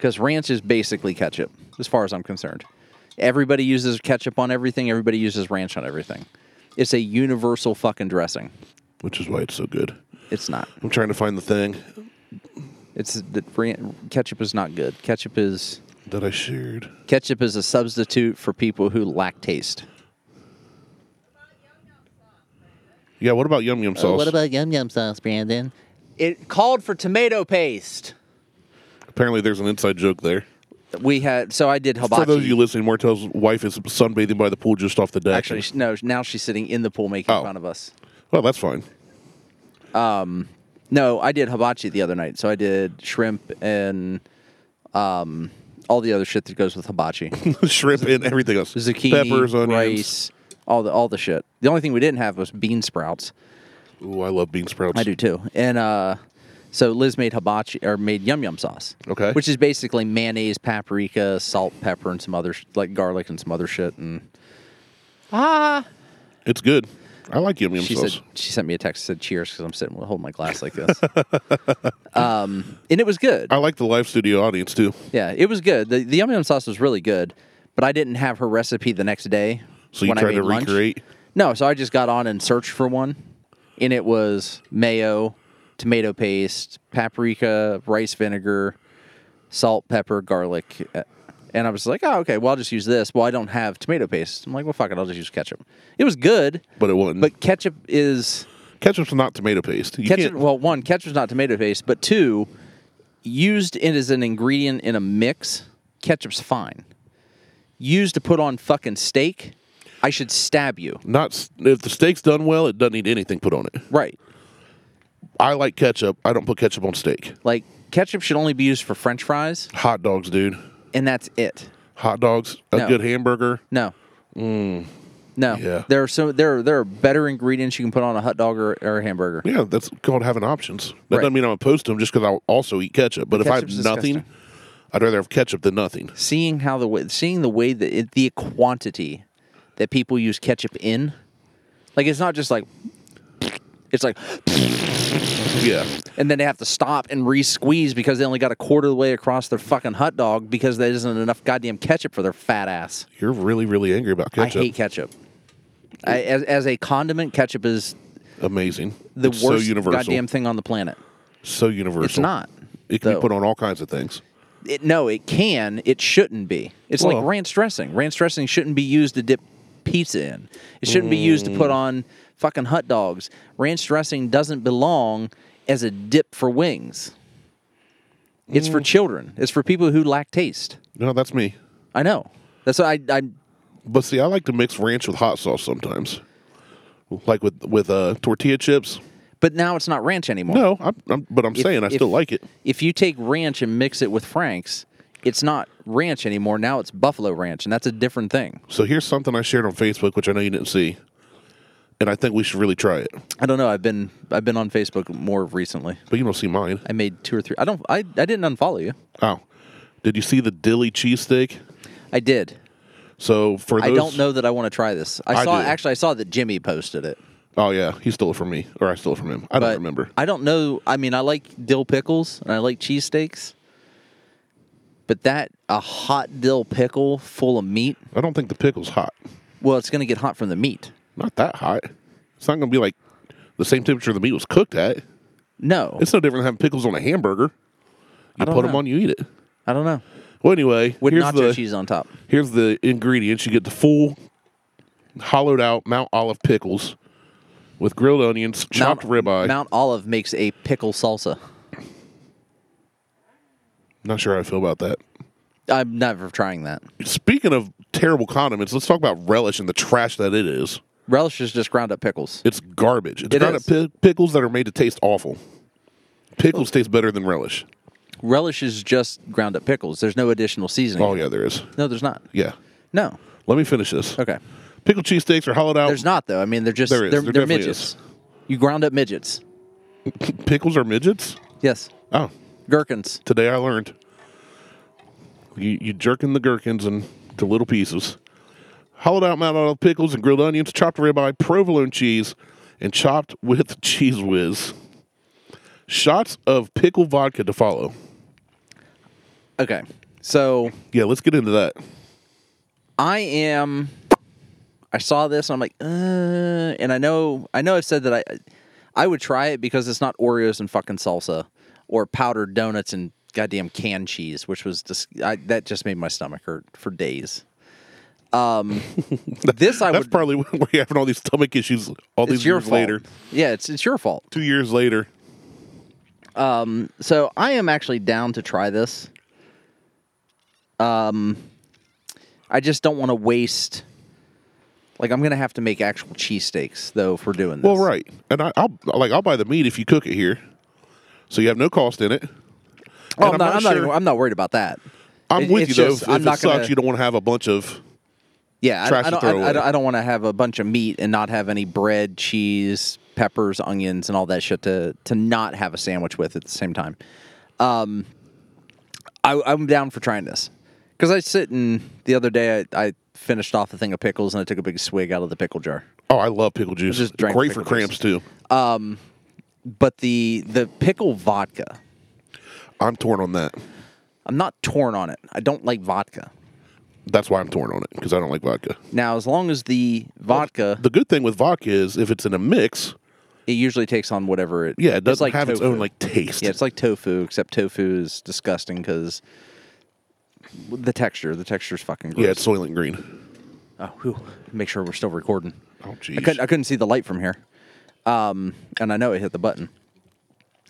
Cuz ranch is basically ketchup as far as I'm concerned. Everybody uses ketchup on everything. Everybody uses ranch on everything. It's a universal fucking dressing.
which is why it's so good.
It's not.
I'm trying to find the thing
It's the ran- ketchup is not good. Ketchup is
that I shared.
ketchup is a substitute for people who lack taste.
Yeah, what about yum yum
Uh,
sauce?
about yum yum sauce, Brandon?
It called for tomato paste.
Apparently, there's an inside joke there.
We had so I did hibachi.
For those of you listening, Martel's wife is sunbathing by the pool just off the deck.
Actually, sh- no. Now she's sitting in the pool making
Oh.
fun of us.
well, that's fine.
No, I did hibachi the other night. So I did shrimp and um, all the other shit that goes with hibachi.
Shrimp and everything else.
Zucchini,
peppers, onions.
rice, all the all the shit. The only thing we didn't have was bean sprouts.
Ooh, I love bean sprouts.
I do too. And uh, so Liz made hibachi or made yum yum sauce.
Okay.
Which is basically mayonnaise, paprika, salt, pepper, and some other sh- like garlic and some other shit. And
It's good. I like yum yum
she
sauce.
said she sent me a text said cheers because I'm sitting holding my glass like this. um, and it was good.
I like the live studio audience too.
Yeah, it was good. The, the yum yum sauce was really good, but I didn't have her recipe the next day.
So you
when I
tried to
made lunch.
recreate?
No, so I just got on and searched for one, and it was mayo, tomato paste, paprika, rice vinegar, salt, pepper, garlic, uh, and I was like, oh, okay, well I'll just use this. Well, I don't have tomato paste. I'm like, well, fuck it, I'll just use ketchup. It was good,
But it wasn't.
but ketchup is
ketchup's not tomato paste. You
ketchup.
can't-
Well, one, ketchup's not tomato paste, but two, used it as an ingredient in a mix, ketchup's fine. Used to put on fucking steak, I should stab you.
not s- if the steak's done well, it doesn't need anything put on it.
Right.
I like ketchup. I don't put ketchup on steak.
Like ketchup should only be used for French fries,
Hot dogs, dude.
and that's it.
Hot dogs. A
No.
good hamburger.
No. No.
Mm. Yeah.
There are so there are, there are better ingredients you can put on a hot dog or, or a hamburger.
Yeah, that's called having options. That
Right.
doesn't mean I'm opposed to them just because I'll also eat ketchup. But if I have
Ketchup's
nothing,
disgusting.
I'd rather have ketchup than nothing.
Seeing how the way, seeing the way that it, the quantity that people use ketchup in, like it's not just like it's like
Yeah.
and then they have to stop and re-squeeze because they only got a quarter of the way across their fucking hot dog because there isn't enough goddamn ketchup for their fat ass.
You're really, really angry about ketchup.
I hate ketchup. I, as, as a condiment, ketchup is
Amazing.
the
It's
worst
so universal.
goddamn thing on the planet.
so universal.
It's not.
It can
though.
be put on all kinds of things.
It, no, it can. It shouldn't be. It's
Well-
like ranch dressing. Ranch dressing shouldn't be used to dip pizza in. It shouldn't be used to
Mm.
put on fucking hot dogs. Ranch dressing doesn't belong as a dip for wings. It's
Mm.
for children. It's for people who lack taste.
No, that's me.
I know. That's why I, I
But see, I like to mix ranch with hot sauce sometimes, like with with uh, tortilla chips.
but now it's not ranch anymore.
No, I'm, I'm, but I'm
If-
saying I
if-
still like it.
If you take ranch and mix it with Frank's, it's not ranch anymore. Now it's buffalo ranch, and that's a different thing.
So here's something I shared on Facebook, which I know you didn't see, and I think we should really try it.
I don't know. I've been I've been on Facebook more recently.
But you don't see mine.
I made two or three. I don't. I, I didn't unfollow you.
Oh, did you see the dilly cheesesteak?
I did.
So for those,
I don't know that I want to try this. I,
I
saw
do.
actually I saw that Jimmy posted it.
Oh yeah, he stole it from me, or I stole it from him. I don't
but
remember.
I don't know. I mean, I like dill pickles and I like cheesesteaks. But that a hot dill pickle full of meat,
I don't think the pickle's hot.
well, it's going to get hot from the meat.
Not that hot. It's not going to be like the same temperature the meat was cooked at.
No.
It's no different than having pickles on a hamburger. You
don't
put them
know.
on, you eat it.
I don't know.
Well, anyway,
With
here's
nacho
the
cheese on top.
here's the ingredients. You get the full, hollowed out Mount Olive pickles with grilled onions, chopped
Mount,
ribeye.
Mount Olive makes a pickle salsa.
Not sure how I feel about that.
I'm never trying that.
Speaking of terrible condiments, let's talk about relish and the trash that it is.
Relish is just ground up pickles.
It's garbage. It's
It
not
is.
pi- pickles that are made to taste awful. Pickles taste better than relish.
Relish is just ground up pickles. There's no additional seasoning.
Oh yeah, there is.
No, there's not.
Yeah.
No.
Let me finish this.
Okay.
Pickle cheesesteaks are hollowed out.
There's not though. I mean, they're just
Oh. There is.
they're,
There
they're
definitely
midgets. You ground up midgets.
Pickles are midgets?
Yes.
Oh,
Gherkins.
today I learned. You, you jerking the gherkins into little pieces. Hollowed out Mount Olive pickles and grilled onions, chopped ribeye, provolone cheese, and chopped with cheese whiz. Shots of pickle vodka to follow.
Okay. So
Yeah, let's get into that.
I am. I saw this and I'm like, uh, and I know I know I've said that I I would try it because it's not Oreos and fucking salsa or powdered donuts and goddamn canned cheese, which was just I, that just made my stomach hurt for days. Um, this I
That's
would.
probably why we're having all these stomach issues all these
It's your
years
fault.
later.
Yeah, it's it's your fault.
Two years later.
So I am actually down to try this. Um, I just don't want to waste. Like I'm gonna have to make actual cheesesteaks though if we're doing this.
Well, right, and I, I'll like I'll buy the meat if you cook it here, so you have no cost in it.
Oh, I'm,
And
not. I'm, not
sure-
even, I'm not worried about that.
I'm
It-
with
it's
you though.
just,
if
I'm
if it
not
sucks,
gonna-
you don't want to have a bunch of.
Yeah, I-
trash
I,
to
don't,
throw
I, I don't.
away.
I don't want to have a bunch of meat and not have any bread, cheese, peppers, onions, and all that shit to to not have a sandwich with at the same time. Um, I, I'm down for trying this because I sit and the other day I, I finished off a thing of pickles and I took a big swig out of the pickle jar.
Oh, I love pickle juice.
just drank
Great for
pickle juice.
cramps too.
But the the pickle vodka,
I'm torn on that.
I'm not torn on it. I don't like vodka.
That's why I'm torn on it because I don't like vodka.
Now, as long as the vodka,
The good thing with vodka is if it's in a mix,
it usually takes on whatever it.
yeah, it doesn't
like
have its
tofu.
own like taste.
Yeah, it's like tofu, except tofu is disgusting because the texture, the texture's fucking gross.
yeah, it's soylent green.
Oh, whew. make sure we're still recording.
Oh,
I couldn't,
jeez.
I couldn't see the light from here, um, and I know it hit the button,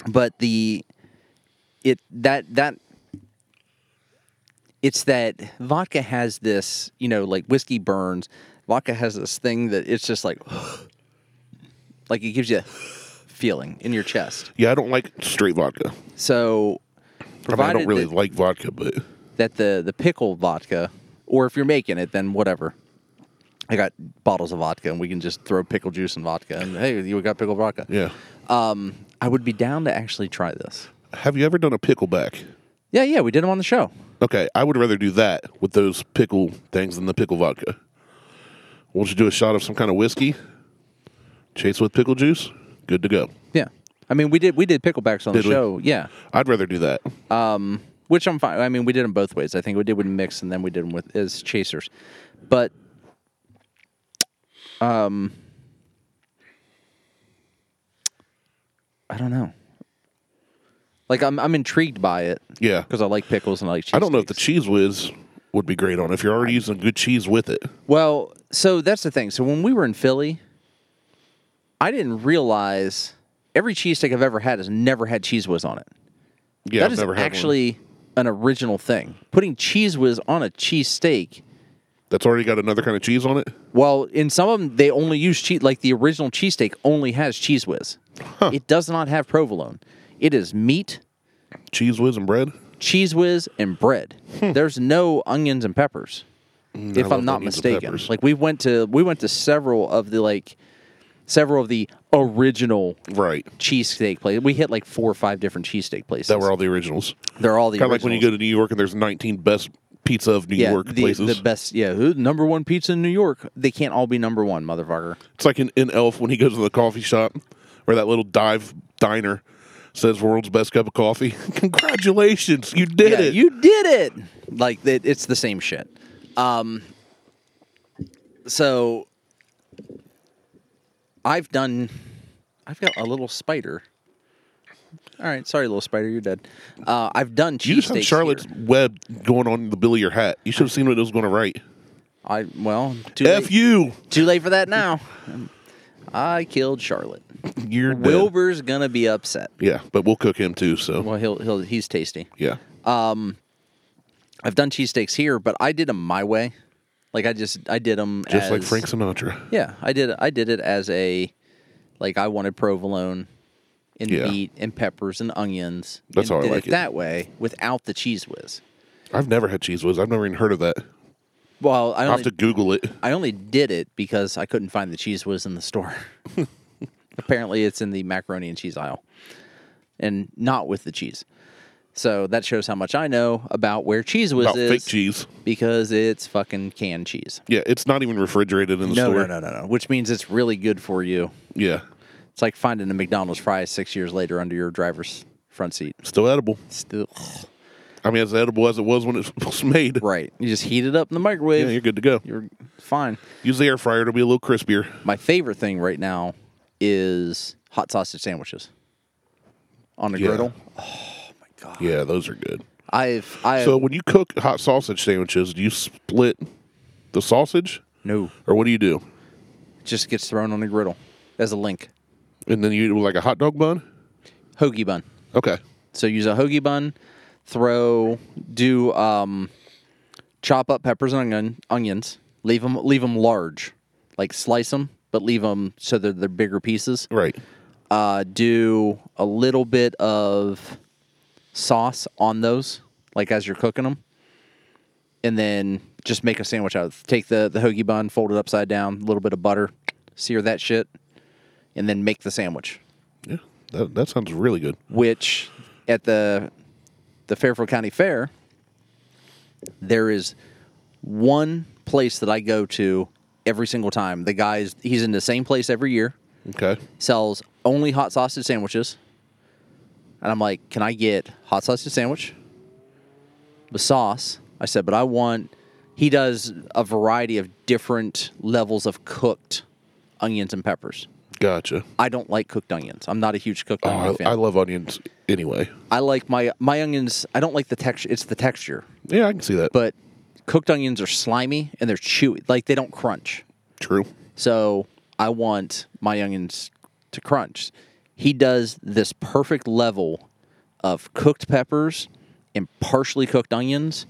but the it that that it's that vodka has this, you know, like whiskey burns. Vodka has this thing that it's just like, like it gives you a feeling in your chest.
Yeah, I don't like straight vodka.
So,
I, mean, I
provided
don't really
that-
like vodka, but
that the the pickle vodka, or if you're making it, then whatever. I got bottles of vodka, and we can just throw pickle juice and vodka. And hey, you got pickle vodka.
yeah.
I would be down to actually try this.
Have you ever done a pickleback?
Yeah, yeah, we did them on the show.
Okay, I would rather do that with those pickle things than the pickle vodka. Once you do a shot of some kind of whiskey, chase with pickle juice, good to go.
Yeah, I mean, we did we did picklebacks on
Did
the
we?
show. Yeah,
I'd rather do that.
which I'm fine. I mean, we did them both ways. I think we did with mix, and then we did them with as chasers. But um, I don't know. Like I'm I'm intrigued by it.
Yeah.
because I like pickles and I like. Cheese
I don't know if the cheese whiz would be great on it if you're already using good cheese with it.
Well, so that's the thing. So when we were in Philly, I didn't realize every cheesesteak I've ever had has never had cheese whiz on it.
Yeah,
that
I've
is
never had one.
actually an original thing. Putting cheese whiz on a cheese steak.
That's already got another kind of cheese on it.
Well, in some of them, they only use cheese. Like the original cheesesteak only has cheese whiz. It does not have provolone. It is meat,
Cheese whiz and bread.
cheese whiz, and bread. There's no onions and peppers, if
Hmm. Mm, love
I'm not
onions and
mistaken.
peppers.
Like we went to we went to several of the like several of the original
Right.
cheesesteak places. We hit like four or five different cheesesteak places.
That were all the originals.
They're all the
Kind of like when you go to New York and there's 19 best pizza of New
yeah,
York
the,
places.
the best. Yeah, who number one pizza in New York? They can't all be number one, motherfucker.
It's like in, in Elf when he goes to the coffee shop or that little dive diner says world's best cup of coffee. Congratulations, you did
Yeah,
it.
you did it. Like it, it's the same shit. Um, so I've done. I've got a little spider. All right, sorry, little spider, you're dead. Uh, I've done
You just had
cheesesteaks.
Charlotte's
here.
web going on in the bill of your hat. You should have seen what it was going to write.
I well, too
F
late,
you.
too late for that now. I killed Charlotte.
You're dead.
Wilbur's gonna be upset.
Yeah, but we'll cook him too. So
Well, he'll he'll he's tasty.
yeah,
I've done cheesesteaks here, but I did them my way. Like I just I did them
just like
as-
Frank Sinatra.
Yeah, I did. I did it as a like I wanted provolone and
Yeah.
meat and peppers and onions.
That's
and
how I
did
like
it,
it.
that way without the cheese whiz.
I've never had cheese whiz. I've never even heard of that.
Well, I
I
only
have to Google it.
I only did it because I couldn't find the cheese whiz in the store. Apparently, it's in the macaroni and cheese aisle, and not with the cheese. So that shows how much I know about where cheese whiz
About
is
fake cheese.
because it's fucking canned cheese.
Yeah, it's not even refrigerated in the
No,
store.
no, no, no, no. Which means it's really good for you.
Yeah,
It's like finding a McDonald's fry six years later under your driver's front seat.
still edible.
Still
I mean, as edible as it was when it was made.
right. You just heat it up in the
Yeah,
microwave.
you're good to go.
you're, fine.
Use the air fryer; it'll be a little crispier.
My favorite thing right now is hot sausage sandwiches on a
Yeah.
griddle.
Yeah, those are good.
I've I
So when you cook hot sausage sandwiches, do you split the sausage,
no
or what do you do?
it just gets thrown on a griddle as a link
And then you eat it with like a hot dog bun.
hoagie bun.
Okay.
So use a hoagie bun, throw do um, chop up peppers and onion, onions. Leave them leave them large, like slice them, but leave them so they're they're bigger pieces.
Right.
uh, do a little bit of sauce on those, like as you're cooking them, and then just make a sandwich out of. Take the the hoagie bun, fold it upside down, a little bit of butter, sear that shit, and then make the sandwich.
Yeah, that, that sounds really good.
Which at the the Fairfield County Fair, there is one place that I go to every single time. The guy's he's in the same place every year
Okay.
sells only hot sausage sandwiches. And I'm like, can I get hot sausage sandwich with sauce? I said, but I want. He does a variety of different levels of cooked onions and peppers.
Gotcha.
I don't like cooked onions. I'm not a huge cooked
Oh,
onion
I,
fan.
I love onions anyway.
I like my my onions. I don't like the texture. It's the texture,
Yeah, I can see that.
but cooked onions are slimy and they're chewy. Like they don't crunch.
true.
So I want my onions to crunch. He does this perfect level of cooked peppers and partially cooked onions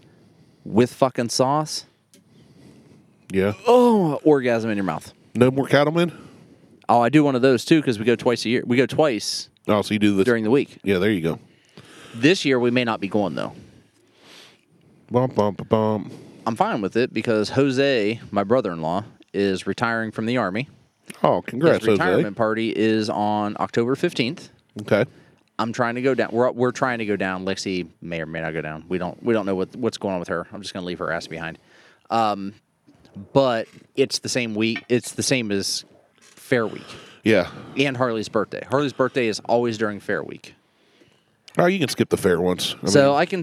with fucking sauce.
Yeah.
Oh, orgasm in your mouth.
No more cattlemen.
Oh, I do one of those too because we go twice a year. We go twice
Oh, so you do this
during the week.
Yeah, there you go.
This year we may not be going though.
Bum bum ba, bum.
I'm fine with it because Jose, my brother-in-law, is retiring from the army.
Oh, congrats,
His retirement
Jose.
party is on October 15th.
Okay.
I'm trying to go down. We're we're trying to go down. Lexi may or may not go down. We don't we don't know what what's going on with her. I'm just gonna leave her ass behind. Um, but it's the same week. It's the same as Fair Week
Yeah.
and Harley's birthday. Harley's birthday is always during Fair Week.
Oh, you can skip the fair ones. I
so I can.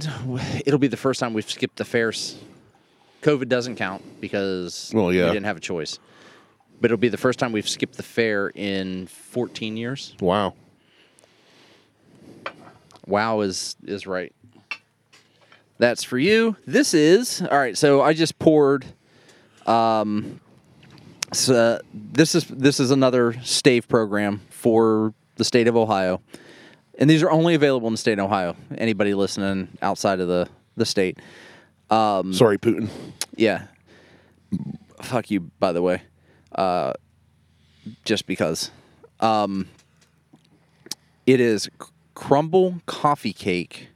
It'll be the first time we've skipped the fairs. COVID doesn't count because
Well, yeah.
we didn't have a choice. But it'll be the first time we've skipped the fair in 14 years.
mean, wow.
Wow is is right. That's for you. This is all right. So I just poured. uh, Um, so this is this is another stave program for the state of Ohio. and these are only available in the state of Ohio. Anybody listening outside of the the state, um,
Sorry, Putin.
yeah. Fuck you, by the way. Uh, just because. Um, it is cr- crumble coffee cake.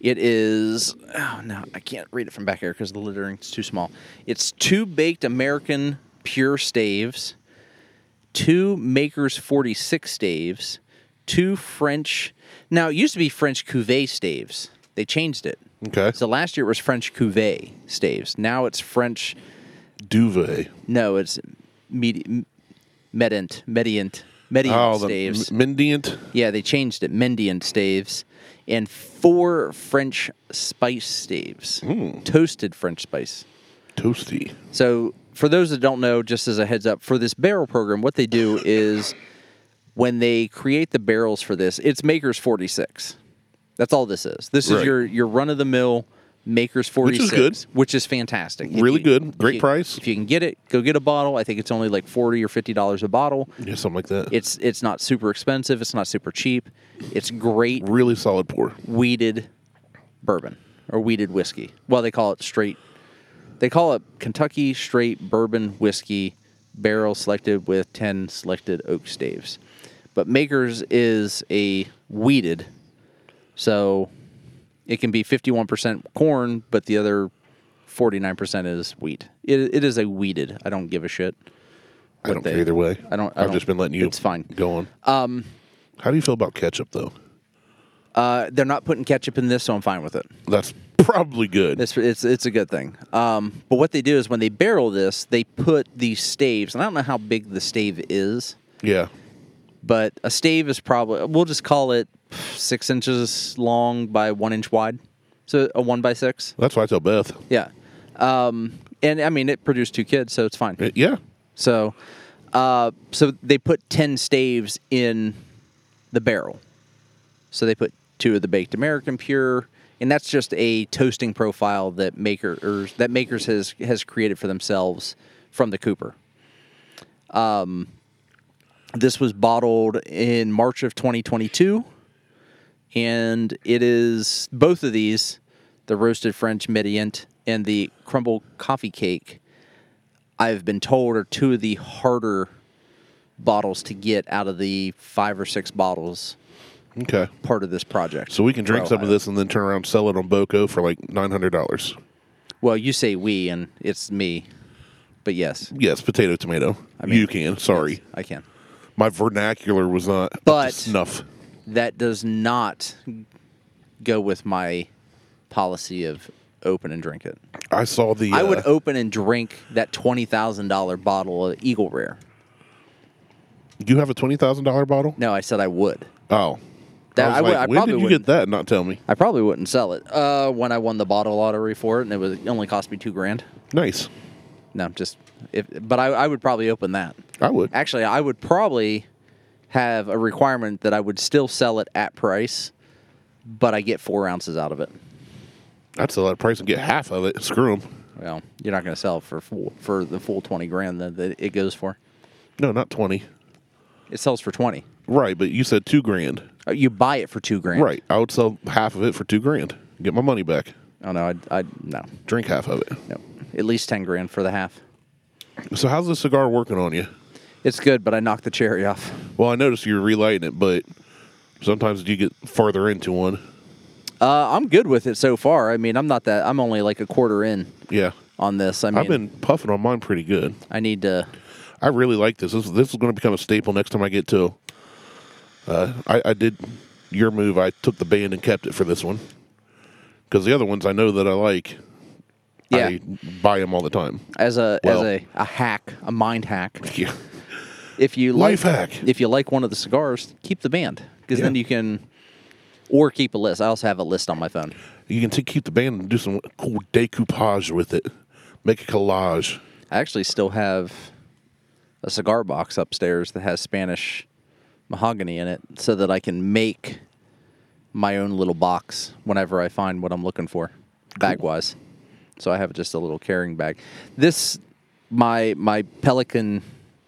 It is. Oh, no, I can't read it from back here because the lettering's too small. It's two baked American pure staves, two Maker's 46 staves, two French. Now, it used to be French cuvee staves. They changed it.
Okay.
So last year it was French cuvee staves. Now it's French.
Duvet.
No, it's medi- medient, medient, medient
Oh, the
staves.
M- Mendiant.
yeah, they changed it. Mendiant staves, and four French spice staves,
Hmm.
toasted French spice.
Toasty.
So, for those that don't know, just as a heads up, for this barrel program, what they do is when they create the barrels for this, it's Maker's 46. That's all this is. This is
Right.
your your run of the mill Maker's 46,
good.
which is fantastic. If
Really good.
if
Great
you-
price.
If you can get it, go get a bottle. I think it's only like 40 or 50 dollars a bottle.
Yeah, something like that.
It's it's not super expensive, it's not super cheap. It's great
really solid pour.
weeded bourbon or weeded whiskey. Well, they call it straight. They call it Kentucky straight bourbon whiskey, barrel selected with ten selected oak staves. But Maker's is a weeded, so it can be fifty-one percent corn, but the other forty-nine percent is wheat. It, it is a weeded. I don't give a shit.
I don't
they-
care either way.
I don't- I
have
don't-
just been letting you.
it's fine.
Go on. Um. How do you feel about ketchup though?
Uh, they're not putting ketchup in this, so I'm fine with it.
That's probably good.
It's it's it's a good thing. Um, but what they do is when they barrel this, they put these staves, and I don't know how big the stave is,
yeah.
but a stave is probably we'll just call it six inches long by one inch wide, so a one by six.
That's why I tell Beth.
Yeah, um, and I mean it produced two kids, so it's fine.
Uh, yeah.
So, uh, so they put ten staves in the barrel. So they put two of the baked American pure, and that's just a toasting profile that maker or that makers has has created for themselves from the Cooper. Um, this was bottled in March of 2022, and it is both of these, the roasted French Mediant and the crumble coffee cake. I've been told are two of the harder bottles to get out of the five or six bottles
Okay.
part of this project.
So we can drink
for
some of
Ohio.
this and then turn around and sell it on Boco for like nine hundred dollars.
Well, you say we, and it's me, but yes,
Yes, potato tomato. you can. Sorry,
I can.
my vernacular was not up to
But-
snuff.
That does not go with my policy of open and drink it.
I saw the.
I
uh,
would open and drink that twenty thousand dollar bottle of Eagle Rare.
you have a twenty thousand dollar bottle?
No, I said I would.
Oh,
That-
was
I would- I
when
probably
did you
wouldn't.
get that? and Not tell me.
I probably wouldn't sell it. Uh, when I won the bottle lottery for it, and it was it only cost me two grand.
Nice.
No, just if, but I, I would probably open that.
I would.
Actually, I would probably have a requirement that I would still sell it at price, but I get four ounces out of it.
I'd sell that price and get half of it. Screw them.
Well, you're not going to sell it for full, for the full twenty grand that, that it goes for.
No, not twenty.
It sells for twenty.
Right, but you said two grand.
Uh, You buy it for two grand.
Right, I would sell half of it for two grand. Get my money back.
Oh no, I I no
Drink half of it.
no at least ten grand for the half.
So how's the cigar working on you?
It's good, but I knocked the cherry off.
Well, I noticed you're relighting it, but sometimes you get farther into one.
Uh, I'm good with it so far. I mean, I'm not that. I'm only like a quarter in
Yeah,
on this. I mean,
I've been puffing on mine pretty good.
I need to.
I really like this. This, this is going to become a staple next time I get to. Uh, I, I did your move. I took the band and kept it for this one because the other ones I know that I like.
Yeah.
I buy them all the time.
as a
Well-
as a, a hack, a mind hack.
Yeah.
If you
Life
like,
hack.
If you like one of the cigars, keep the band because then
Yeah.
you can, or keep a list. I also have a list on my phone.
You can t- keep the band and do some cool decoupage with it. Make a collage.
I actually still have a cigar box upstairs that has Spanish mahogany in it, so that I can make my own little box whenever I find what I'm looking for, bag wise. So I have just a little carrying bag. This my my pelican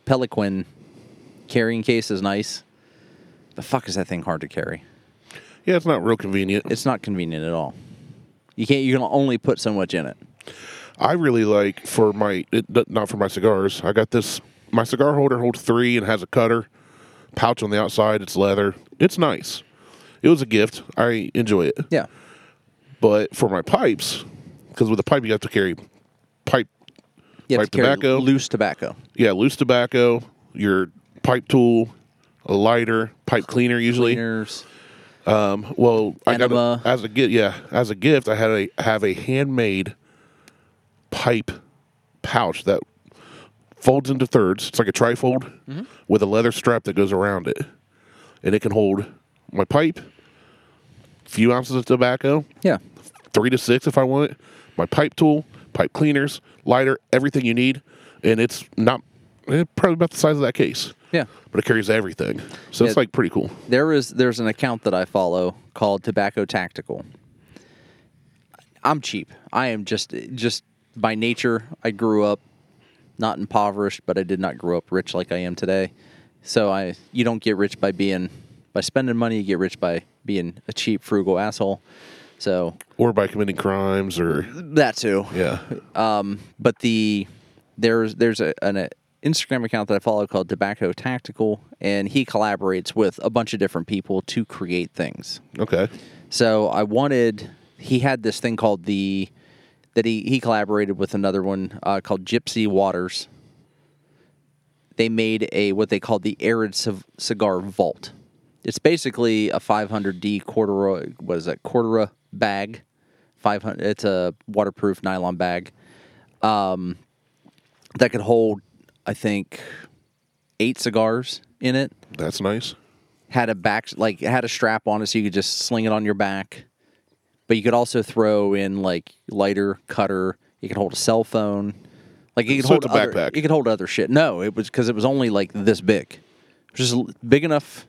pelican carrying case is nice. The fuck is that thing hard to carry?
Yeah, it's not real convenient.
It's not convenient at all. You can't. You can only put so much in it.
I really like for my it, not for my cigars. I got this. My cigar holder holds three and has a cutter pouch on the outside. It's leather. It's nice. It was a gift. I enjoy it.
Yeah.
But for my pipes, because with a pipe you have to carry pipe,
You
Pipe tobacco.
loose tobacco.
yeah, loose tobacco, your pipe tool, a lighter, pipe cleaner usually.
Cleaners.
Um, Well, I got
Enema.
a, as a gift. Yeah, as a gift, I had a have a handmade pipe pouch that folds into thirds. It's like a trifold
Mm-hmm.
with a leather strap that goes around it, and it can hold my pipe, few ounces of tobacco,
Yeah.
three to six if I want it, my pipe tool, pipe cleaners, lighter, everything you need, and it's not eh, probably about the size of that case.
Yeah.
But it carries everything, so it's
Yeah.
like pretty cool.
there is there's an account that I follow called Tobacco Tactical. I'm cheap. I am just just by nature. I grew up not impoverished, but I did not grow up rich like I am today. So I you don't get rich by being by spending money. You get rich by being a cheap, frugal asshole. So
Or by committing crimes, or
that too.
yeah,
But the there's there's a, an a Instagram account that I follow called Tobacco Tactical, and he collaborates with a bunch of different people to create things.
okay.
So I wanted. He had this thing called the that he he collaborated with another one uh, called Gypsy Waters. They made a what they called the Arid Civ- Cigar Vault. It's basically a 500D corduroy. What is that? Corduroy bag. 500. It's a waterproof nylon bag um, that could hold, I think, eight cigars in it
That's nice.
had a back like had a strap on it so you could just sling it on your back but you could also throw in like lighter cutter you could hold a cell phone like you could
So
hold
it's a
other,
backpack.
you could hold other shit no it was because it was only like this big just l- big enough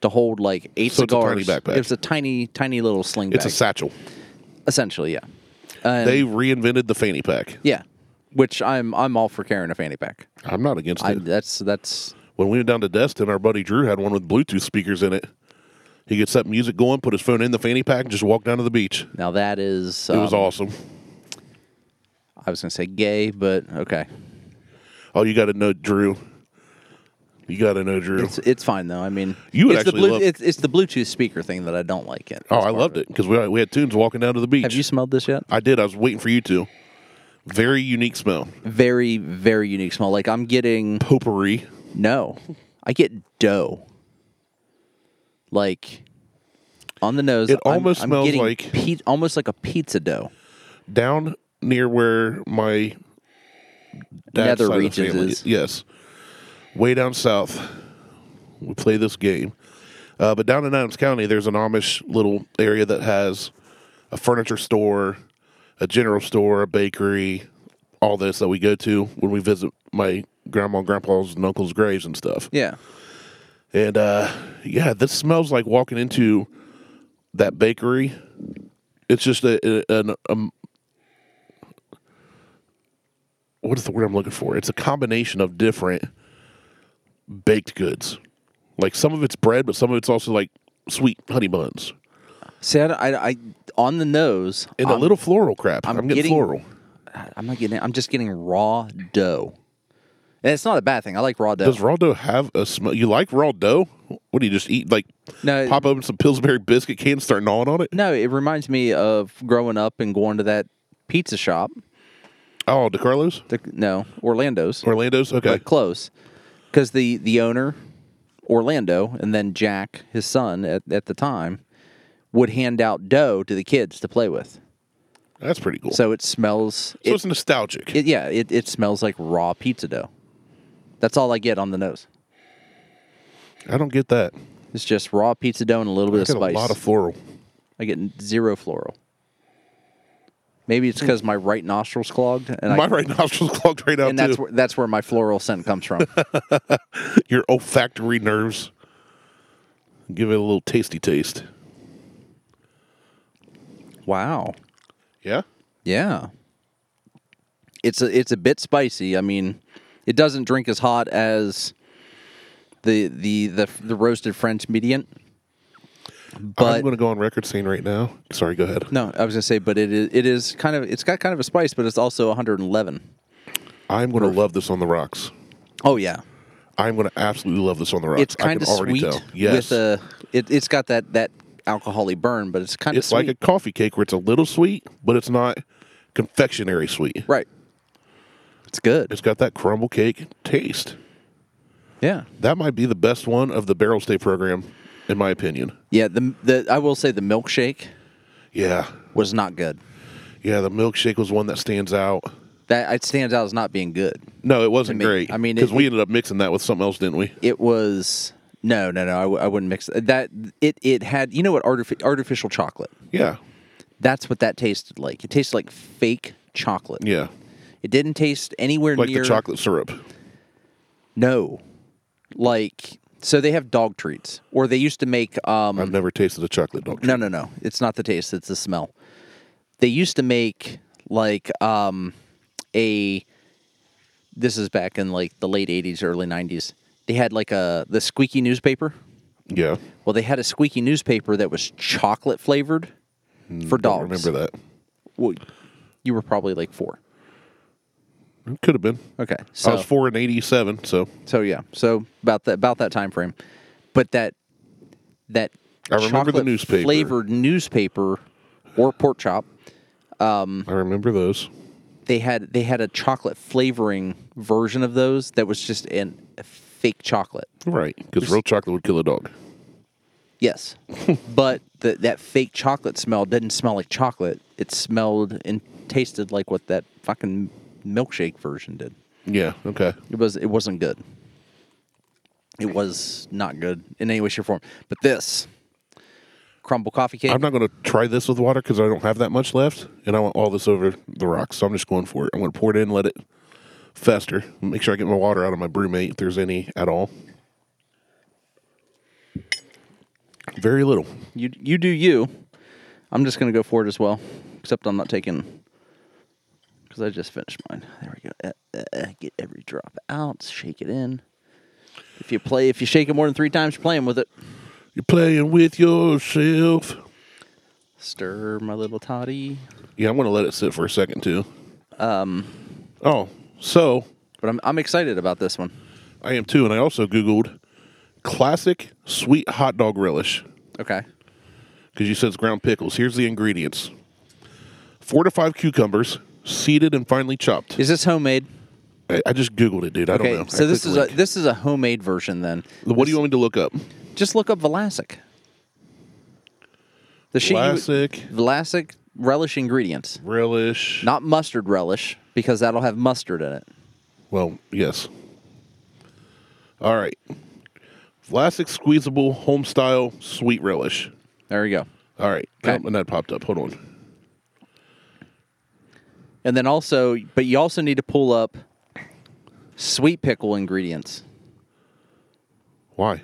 to hold like eight
So it's a
cigars
tiny backpack.
it was a tiny tiny little sling
It's a
bag
satchel.
essentially yeah and,
They reinvented the fanny pack.
yeah which i'm i'm all for carrying a fanny pack
I'm not against
I,
it.
that's that's
When we went down to Destin, our buddy Drew had one with Bluetooth speakers in it. He could set music going, put his phone in the fanny pack, and just walk down to the beach.
now that is
it was
um,
awesome.
i was gonna say gay but okay
Oh, you got to know Drew. You got to know Drew.
It's it's fine though. I mean,
You would
it's the
actually love-
it's, it's the Bluetooth speaker thing that I don't like it.
oh,
That's
I
part
loved
of
it because we, we had tunes walking down to the beach.
Have you smelled this yet?
I did. I was waiting for you to. Very unique smell.
Very very unique smell. Like I'm getting
Potpourri.
no, I get dough. Like on the nose,
It
I'm-
almost
I'm
smells
getting
like-
pe- almost like a pizza dough.
Down near where my dad's
Nether
side of the
regions
family-
is.
Yes. Way down south, we play this game. Uh, but down in Adams County, there's an Amish little area that has a furniture store, a general store, a bakery, all this that we go to when we visit my grandma, and grandpa's, and uncle's graves and stuff.
Yeah,
And uh, yeah, this smells like walking into that bakery. It's just a, a- an um, what is the word I'm looking for? It's a combination of different baked goods. Like some of it's bread, but some of it's also like sweet honey buns
see, I, I, I on the nose,
and
I'm,
a little floral crap. I'm, getting,
getting-
floral.
I'm not getting. it. I'm just getting raw dough. And it's not a bad thing. I like raw dough.
Does raw dough have a smell? You like raw dough? What do you just eat? Like
No, it-
pop open some Pillsbury biscuit can, and start gnawing on it?
No, it reminds me of growing up and going to that pizza shop.
Oh, DeCarlo's,
The, no, Orlando's.
Orlando's. Okay,
But close. Because the, the owner, Orlando, and then Jack, his son at, at the time, would hand out dough to the kids to play with.
that's pretty cool.
So it smells.
So
It,
it's nostalgic.
it, yeah, it, it smells like raw pizza dough. That's all I get on the nose.
I don't get that.
It's just raw pizza dough and a little bit
I
of
get
spice.
a lot of floral.
I get n- zero floral. Maybe it's because my right nostril's clogged, and
My
I,
right nostril's clogged right out
and that's
too.
where that's where my floral scent comes from.
Your olfactory nerves. Give it a little tasty taste.
wow.
Yeah.
Yeah. It's a it's a bit spicy. I mean, it doesn't drink as hot as the the the, the roasted French median. But
I'm going to go on record saying right now. Sorry, go ahead.
no, I was gonna say, but it is it is kind of it's got kind of a spice, but it's also 111.
I'm going to love this on the rocks.
Oh yeah,
I'm going to absolutely love this on the rocks.
it's
I
kind of
can already
sweet
tell. Yes,
with a it, it's got that that alcoholic burn, but it's kind
it's
of sweet.
like a coffee cake where it's a little sweet, but it's not confectionery sweet.
right. It's good.
It's got that crumble cake taste.
yeah.
That might be the best one of the barrel stay program, in my opinion.
Yeah, the the I will say the milkshake
Yeah,
was not good.
yeah. The milkshake was one that stands out.
That it stands out as not being good.
No, it wasn't
To me.
great.
I mean,
because
it-
we ended up mixing that with something else, didn't we?
It was no, no, no. I, w- I wouldn't mix it. that. It it had you know what artifi- artificial chocolate.
Yeah,
That's what that tasted like. It tasted like fake chocolate.
yeah.
It didn't taste anywhere
Like
near
the chocolate syrup.
No, like so they have dog treats, or they used to make um,
I've never tasted a chocolate dog.
No, no, no. It's not the taste. It's the smell. They used to make like um a. This is back in like the late '80s, early '90s. They had like a the squeaky newspaper.
Yeah,
Well, they had a squeaky newspaper that was chocolate flavored for
I
dogs.
Hmm, remember that.
Well, you were probably like four.
It could have been.
Okay, so
I was four in '87, so
so yeah, so about that about that time frame, but that that
I remember the
chocolate
newspaper.
flavored newspaper or pork chop Mm-hmm.
I remember those.
they had they had a chocolate flavoring version of those that was just an a fake chocolate.
Right, because real chocolate would kill a dog.
Yes, but the, that fake chocolate smell didn't smell like chocolate. It smelled and tasted like what that fucking milkshake version did.
Yeah. Okay.
It was it wasn't good. It was not good in any way, shape, or form. But this crumble coffee cake.
I'm not going to try this with water because I don't have that much left, and I want all this over the rocks. So I'm just going for it. I'm going to pour it in, let it fester, make sure I get my water out of my brewmate if there's any at all. Very little.
You you do you. I'm just gonna go for it as well, except I'm not taking because I just finished mine. There we go. Uh, uh, uh, get every drop out. Shake it in. If you play, if you shake it more than three times, you're playing with it.
You're playing with yourself.
Stir my little toddy.
Yeah, I'm going to let it sit for a second too. Um. Oh, so
But I'm I'm excited about this one.
I am too, and I also Googled classic sweet hot dog relish.
Okay.
because you said it's ground pickles. Here's the ingredients: four to five cucumbers, seeded and finely chopped.
Is this homemade?
I, I just googled it, dude. I
Okay.
don't know.
So
I
this
clicked
is
the
a
link.
this is a homemade version then.
What do you want me to look up?
Just look up Velasic. The shit you-
Classic
Vlasic relish ingredients.
relish.
Not mustard relish because that'll have mustard in it.
Well, yes. All right. Vlasic squeezable home style sweet relish.
There you go.
All right,
Okay.
Oh, and that popped up. Hold on.
And then also, but you also need to pull up sweet pickle ingredients.
Why?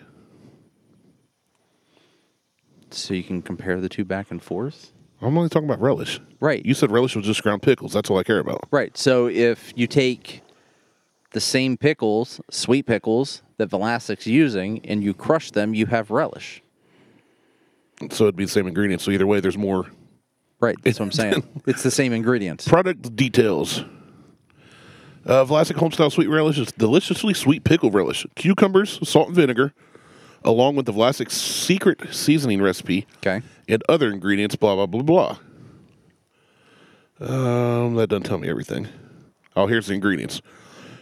So you can compare the two back and forth.
I'm only talking about relish.
Right.
You said relish was just ground pickles. That's all I care about.
Right. So if you take the same pickles, sweet pickles that Velasic's using, and you crush them, you have relish.
So it'd be the same ingredients. So either way, there's more
Right. That's what I'm saying. it's the same ingredients.
Product details. Uh, Vlasic Homestyle Sweet Relish is deliciously sweet pickle relish, cucumbers, salt and vinegar, along with the Vlasic secret seasoning recipe
Okay.
and other ingredients, blah, blah, blah, blah. Um, that doesn't tell me everything. Oh, here's the ingredients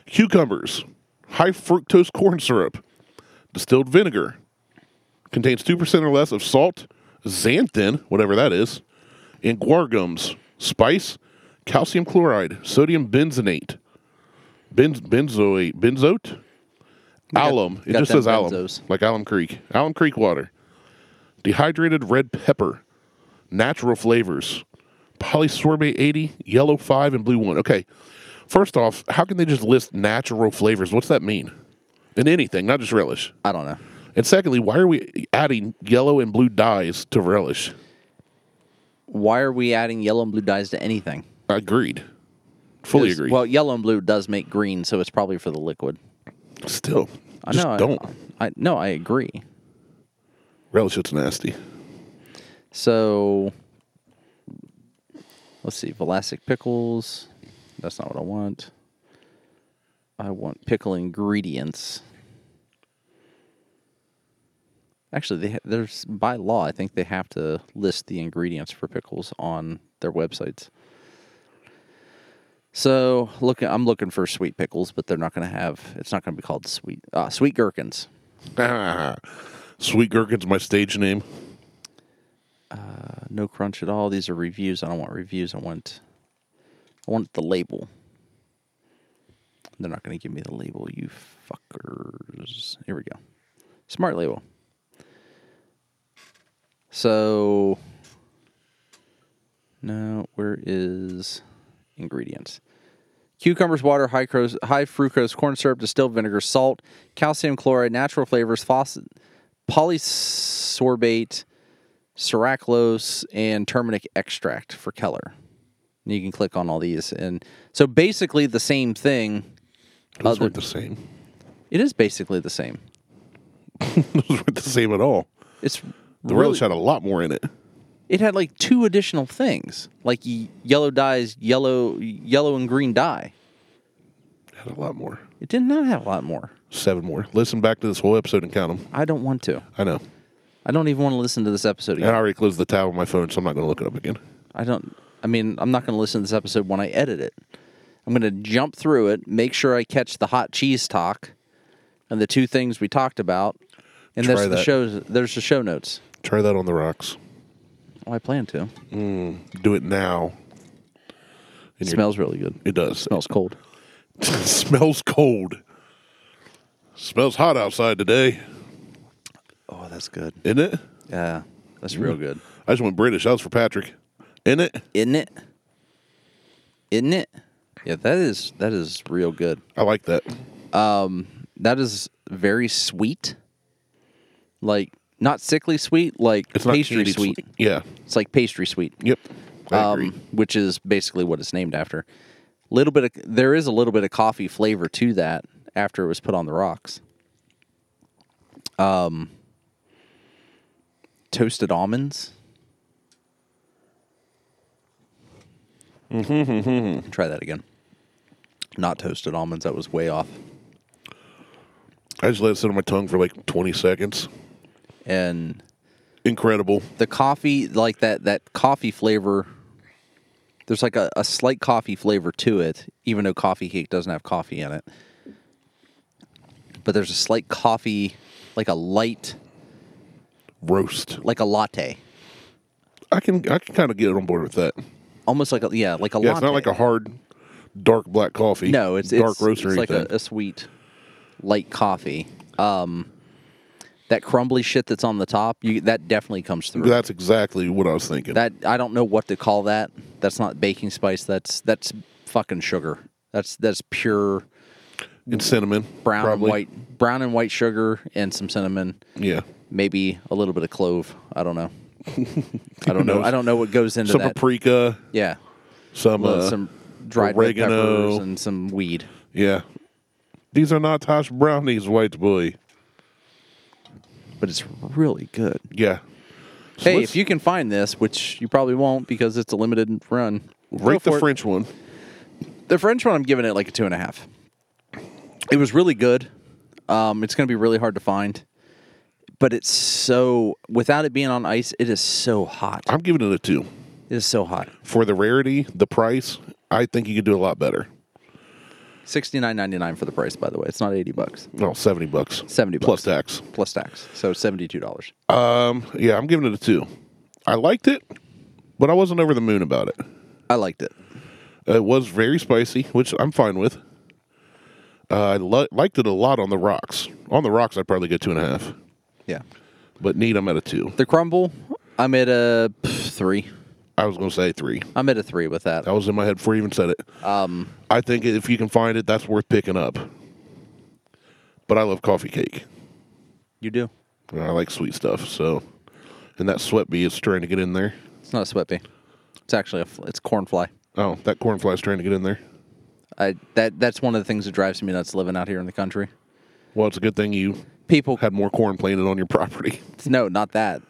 cucumbers, high fructose corn syrup, distilled vinegar, contains 2% or less of salt, xanthan, whatever that is, and guar gums, spice, calcium chloride, sodium benzenate, benz- benzoate, benzoate, alum. It
got
just
them
says alum,
benzos.
like alum creek, alum creek water, dehydrated red pepper, natural flavors, polysorbate 80, yellow 5, and blue 1. Okay. First off, how can they just list natural flavors? What's that mean? In anything, not just relish.
I don't know.
And secondly, why are we adding yellow and blue dyes to relish?
Why are we adding yellow and blue dyes to anything?
Agreed. Fully
'Cause-
agree.
Well, yellow and blue does make green, so it's probably for the liquid.
still,
I
just
know. I-
don't.
I, no, I agree.
relish, it's nasty.
So let's see, Velasic pickles. That's not what I want. I want pickle ingredients. Actually, they ha- there's by law, I think they have to list the ingredients for pickles on their websites. So look, I'm looking for sweet pickles, but they're not going to have. It's not going to be called sweet uh, sweet gherkins.
Sweet Gherkin's my stage name.
no crunch at all. These are reviews. I don't want reviews. I want I want the label. They're not going to give me the label, you fuckers. Here we go. Smart label. So no, where is ingredients? Cucumbers, water, high, cros- high fructose corn syrup, distilled vinegar, salt, calcium chloride, natural flavors, faucet, polysorbate, Seraclose and turmeric extract for Keller. And you can click on all these, and so basically the same thing.
Those
Other-
weren't the same.
It is basically the same.
Those weren't the same at all.
It's
The
really,
relish had a lot more in it.
it had like two additional things, like y- yellow dyes, yellow, yellow and green dye.
Had a lot more.
It did not have a lot more.
Seven more. Listen back to this whole episode and count them.
I don't want to.
I know.
I don't even want to listen to this episode
And I
again.
already closed the tab on my phone, so I'm not going to look it up again.
I don't. I mean, I'm not going to listen to this episode when I edit it. I'm going to jump through it, make sure I catch the hot cheese talk and the two things we talked about, and
Try
there's the
that.
shows. There's the show notes.
Try that on the rocks.
Oh, I plan to.
Do it now.
It
And you're-
smells really good.
It does.
smells cold.
smells cold. Smells hot outside today,
Oh, that's good.
isn't it?
Yeah, that's real good.
I just went British. That was for Patrick. Isn't it?
Isn't it? Isn't it? Yeah, that is that is real good.
I like that.
That is very sweet. Like not sickly sweet, like
It's not
pastry
candied
sweet.
Yeah.
It's like pastry sweet.
Yep. I agree.
um, which is basically what it's named after. Little bit of there is a little bit of coffee flavor to that after it was put on the rocks. Um, toasted almonds. Try that again. Not toasted almonds. That was way off.
I just let it sit on my tongue for like 20 seconds.
And
Incredible.
the coffee like that that coffee flavor there's like a, a slight coffee flavor to it even though coffee cake doesn't have coffee in it but there's a slight coffee like a light
Roast.
like a latte
I can I can kind of get on board with that.
almost like a yeah like a
Yeah,
latte
it's not like a hard dark black coffee.
no it's
dark
it's,
roast or
it's like
anything.
a, a sweet light coffee um that crumbly shit that's on the top you that definitely comes through
That's exactly what I was thinking.
That I don't know what to call that. That's not baking spice. That's that's fucking sugar. That's that's pure
and cinnamon.
brown
probably.
and white brown and white sugar and some cinnamon,
Yeah.
maybe a little bit of clove. I don't know. I don't know. I don't know what goes into
Some
that.
paprika.
yeah,
Some
Well,
uh,
some dried red
oregano.
peppers and some weed.
Yeah. These are not Tosh brownies, white boy.
But it's really good.
Yeah. So
hey,
let's
if you can find this, which you probably won't because it's a limited run, go
rate
for
the
it.
French one,
The French one, I'm giving it like a two and a half. It was really good. Um, it's going to be really hard to find, but it's so without it being on ice, it is so hot.
I'm giving it a two.
It is so hot.
For the rarity, the price, I think you could do a lot better.
Sixty nine ninety nine for the price, by the way. It's not eighty bucks
No, seventy bucks.
70
plus
bucks.
tax.
plus tax, so seventy two dollars.
Um, yeah, I'm giving it a two. I liked it, but I wasn't over the moon about it.
I liked it.
It was very spicy, which I'm fine with. Uh, I li- liked it a lot on the rocks. On the rocks, I'd probably get two and a half.
Yeah,
But neat, I'm at a two.
the crumble. I'm at a pff, three.
I was going to say three.
I'm at a three with that.
That was in my head before you even said it. Um, I think if you can find it, that's worth picking up. But I love coffee cake.
You do.
And I like sweet stuff. So, and that sweat bee is trying to get in there.
It's not a sweat bee. It's actually a. fl- It's corn fly.
Oh, that corn fly is trying to get in there.
I that that's one of the things that drives me nuts living out here in the country.
Well, it's a good thing you
People
had more corn planted on your property.
No, not that.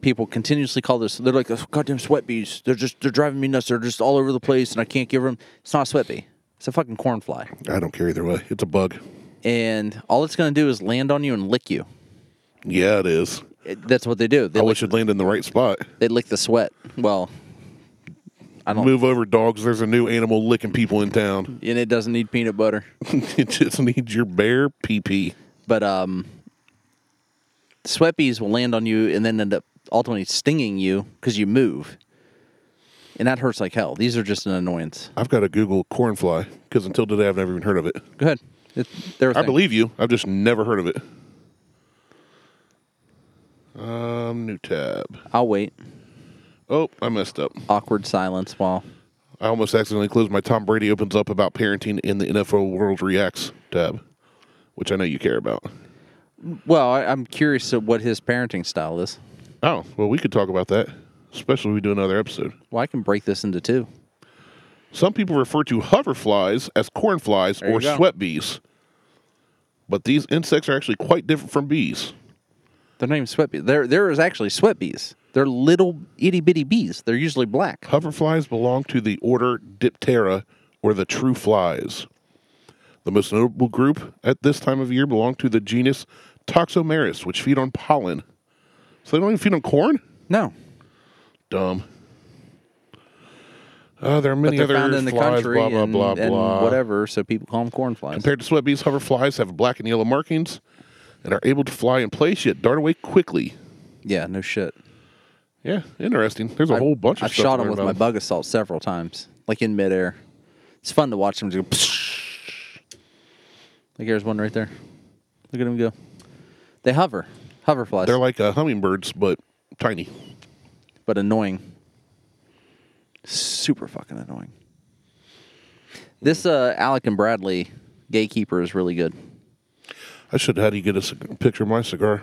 people continuously call this. They're like, "Those goddamn sweat bees. They're just they're driving me nuts. They're just all over the place, and I can't give them." It's not a sweat bee. It's a fucking corn fly,
I don't care either way. It's a bug.
and all it's gonna do is land on you and lick you.
Yeah, it is.
It- that's what they do. They
I
lick,
wish it'd land in the right spot.
they lick the sweat. Well, I don't.
Move over, dogs. There's a new animal licking people in town.
And it doesn't need peanut butter.
it just needs your bare pee pee.
But um, sweat bees will land on you and then end up ultimately stinging you because you move, and that hurts like hell. These are just an annoyance.
I've got to Google cornfly because until today I've never even heard of it.
Go ahead. It, they're a
I
thing.
believe you. I've just never heard of it. Um, new tab.
I'll wait.
Oh, I messed up.
Awkward silence while
I almost accidentally closed my Tom Brady opens up about parenting in the NFL World Reacts tab, which I know you care about.
Well, I, I'm curious of what his parenting style is.
Oh, well, we could talk about that, especially if we do another episode.
Well, I can break this into two.
Some people refer to hoverflies as cornflies
you
or
go.
sweat bees, but these insects are actually quite different from bees.
They're not even sweat bees. There, there is actually sweat bees. They're little itty bitty bees. They're usually black.
Hoverflies belong to the order Diptera, or the true flies. The most notable group at this time of year belong to the genus Toxomeris, which feed on pollen. So they don't even feed on corn?
No,
Dumb. Uh, there are
but
many
they're
other
found in the
flies,
country
blah, blah,
and,
blah,
and
blah.
whatever. So people call them corn flies.
Compared to sweat bees, hoverflies have black and yellow markings and are able to fly in place yet dart away quickly.
yeah, no shit.
Yeah, interesting. There's a whole bunch of
I've
stuff
shot
to
them
learn
with my
about.
bug assault several times, like in midair. It's fun to watch them just go. like there's one right there. Look at them go. They hover, hover flies,
They're like uh, hummingbirds, but tiny.
but annoying. Super fucking annoying. This uh, Alec and Bradley gatekeeper is really good.
I should have had you get a cig- picture of my cigar.